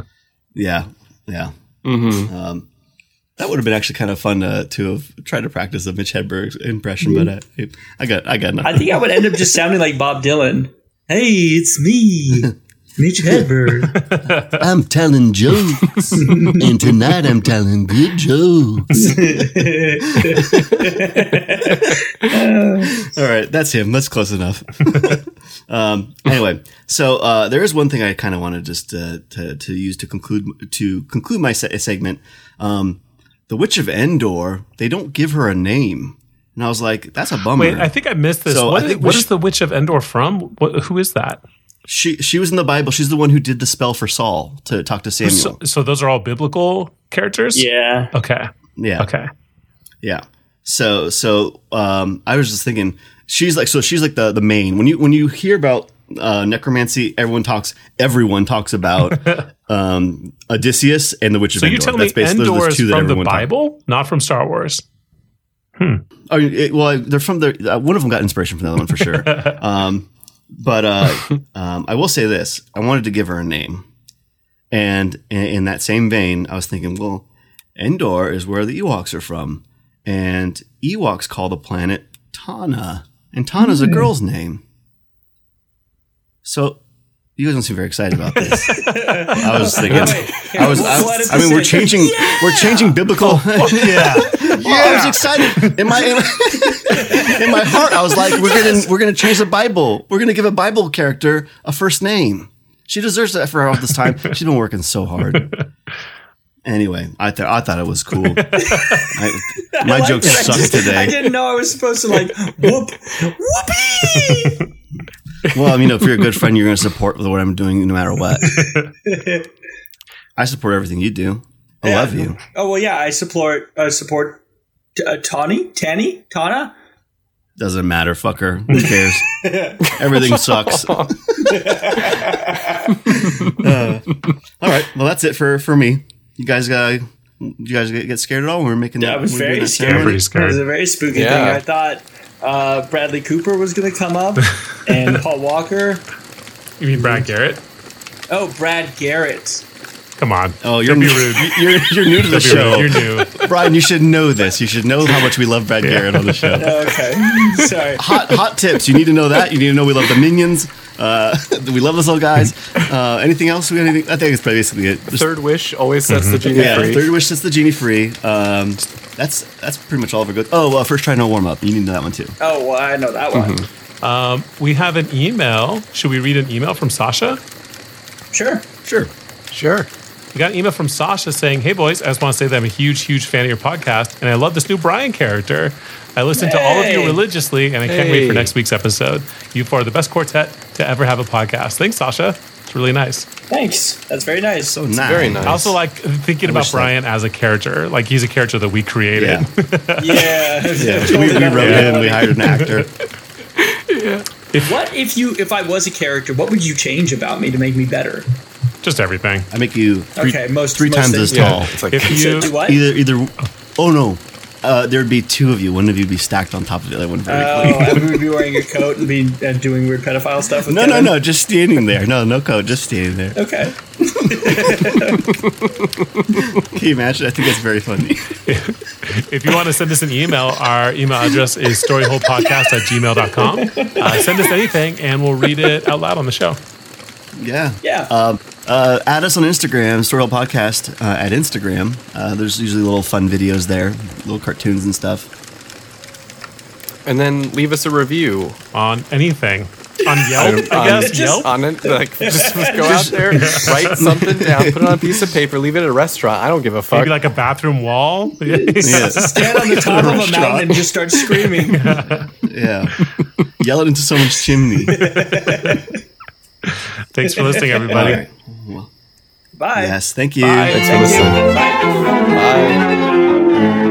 D: Yeah, yeah.
E: Mm-hmm.
D: Um, that would have been actually kind of fun to, to have tried to practice a Mitch Hedberg impression, but I, I got I got
F: I
D: nothing.
F: think I would end
D: [laughs]
F: up just sounding like Bob Dylan. Hey, it's me,
D: [laughs]
F: Mitch Hedberg.
D: I'm telling
B: [laughs]
D: jokes, and tonight I'm telling good jokes. All right, that's him. That's close enough. [laughs] um, anyway, so uh, there is one thing I kind of wanted just to, to to use to conclude to conclude my se- segment. Um, the Witch of Endor. They don't give her a name, and I was like, that's a bummer.
B: Wait, I think I missed this.
D: So
B: What
D: I
B: is
D: think we
B: what
D: should-
B: is the Witch of Endor from? What, who is that?
D: she she was in the Bible. She's the one who did the spell for Saul to talk to Samuel.
B: So, so those are all biblical characters?
F: yeah.
B: Okay.
D: yeah.
B: Okay.
D: Yeah. So so um, I was just thinking she's like so she's like the the main when you when you hear about uh, necromancy everyone talks everyone talks
B: [laughs]
D: about um, Odysseus and the Witch of
B: So
D: Endor.
B: you tell me
D: basi- those are the
B: Endor is
D: two that
B: from the
D: everyone talks-
B: Bible, not from Star Wars.
D: Oh, it, well, they're from the uh, one of them got inspiration from the other one for sure. um, but uh, um, I will say this: I wanted to give her a name, and in, in that same vein, I was thinking, well, Endor is where the Ewoks are from, and Ewoks call the planet Tana, and Tana's a girl's name. So. You guys don't seem very excited about this. I was thinking. I was. I,
F: What is
D: I mean, we're
F: this? Oh,
D: changing. We're changing
F: [laughs]
D: biblical. [laughs] yeah. I was excited. In my in [laughs] my heart, I was like, we're gonna we're gonna change the Bible. We're gonna give a Bible character a first name. She deserves that for all this time. She's been working so hard. Anyway, I thought I thought it was
F: [laughs]
D: cool. I, my
F: Like,
D: jokes
F: [laughs] I
D: suck
F: just- I
D: today.
F: didn't know I was supposed to like whoop whoopee.
D: Well, you know, if you're a good friend, you're gonna support what I'm doing no matter
F: [laughs]
D: what. I support everything you do. I love you.
F: Oh well, yeah, I support uh, support t- uh, Tawny, Tanny, Tana.
D: Doesn't matter, fucker. Who cares? [laughs] Everything
F: [laughs]
D: sucks. Uh, all right. Well, that's it for for me. You guys got. You guys get get scared at all? when We were making that.
F: I was
D: when we were
F: very
D: doing that
F: scared.
B: I'm
D: ceremony?
B: pretty
F: It was a
B: scared.
F: very spooky
E: Yeah.
F: thing. I thought uh, Bradley Cooper was going to
D: [laughs]
F: come up, and Paul Walker.
B: You mean Brad Garrett?
F: Oh, Brad Garrett.
B: Come on.
D: Oh, you're
B: Don't
D: new.
B: be
D: [laughs]
B: rude.
D: You're, you're new to the
B: Don't be rude.
D: show,
B: You're new.
D: Brian. You should know this. You should know how much we love Brad Garrett on the
F: [laughs]
D: show.
F: Okay, sorry.
D: Hot hot tips. You need to know that. You need to know we love the minions. Uh, we love those little guys. Uh, anything else? We anything? I think it's probably basically it. Just-
E: Third wish always sets the genie
D: yeah,
E: free.
D: third wish is the genie free. Um, that's that's pretty much all of our good. Oh, uh, first try no warm up. You need to know that one too.
F: Oh, well, I know that one.
D: Mm-hmm.
B: We have an email. Should we read an email from Sasha?
F: Sure.
D: Sure.
E: Sure.
B: We got an email from Sasha saying, Hey, boys, I just want to say that I'm a huge, huge fan of your podcast, and I love this new Brian character. I listen to all of you
F: Hey.
B: religiously, and I can't wait for
E: Hey.
B: next week's episode. You four are the best quartet to ever have a podcast. Thanks, Sasha. It's really nice.
F: Thanks. That's very nice.
D: So Oh, nice.
E: Very nice.
B: I also like thinking about
D: wish that-
B: Brian as a character. Like, he's a character that we created.
D: Yeah. [laughs]
F: yeah. [laughs]
D: yeah. we, we wrote him. We hired an actor.
F: What if you? If I was a character, what would you change about me to make me better?
B: [laughs] Just everything.
D: I make you three,
F: Okay, most-
D: three
F: most
D: times
F: things,
D: as
E: Yeah.
D: tall.
E: It's like
B: If
F: So
B: you,
F: do what?
D: Either, either. Oh no, uh, there'd be two of you. One of you be stacked on top of the other one. Very
F: Oh, I would be wearing a coat and be and doing weird pedophile stuff. With
D: no, no,
F: Kevin?
D: no. Just standing there. No, no coat. Just standing there.
F: Okay.
D: Can you imagine? I think that's very funny.
B: if you want to send us an email, our email address is storyholepodcast at gmail.com. Uh, send us anything, and we'll read it out loud on the show.
D: yeah.
F: Yeah.
D: Um, uh, add us on Instagram, Storyhole Podcast uh, at Instagram. Uh, there's usually little fun videos there, little cartoons and stuff.
E: And then leave us a review
B: on anything. on Yelp, I
E: [laughs]
B: guess. Yelp.
E: on it,
B: [laughs]
E: like just go out there, write something down, put it on a piece of paper, leave it at a restaurant. I don't give a fuck.
B: Maybe like a bathroom wall. [laughs]
D: Yeah. [laughs]
F: Stand on the top of a mountain and just start screaming.
D: yeah. Yell it into someone's chimney.
B: Thanks for listening, everybody.
D: All right.
F: Bye.
D: Yes, thank you.
E: Thanks for listening.
F: Bye.
E: Bye.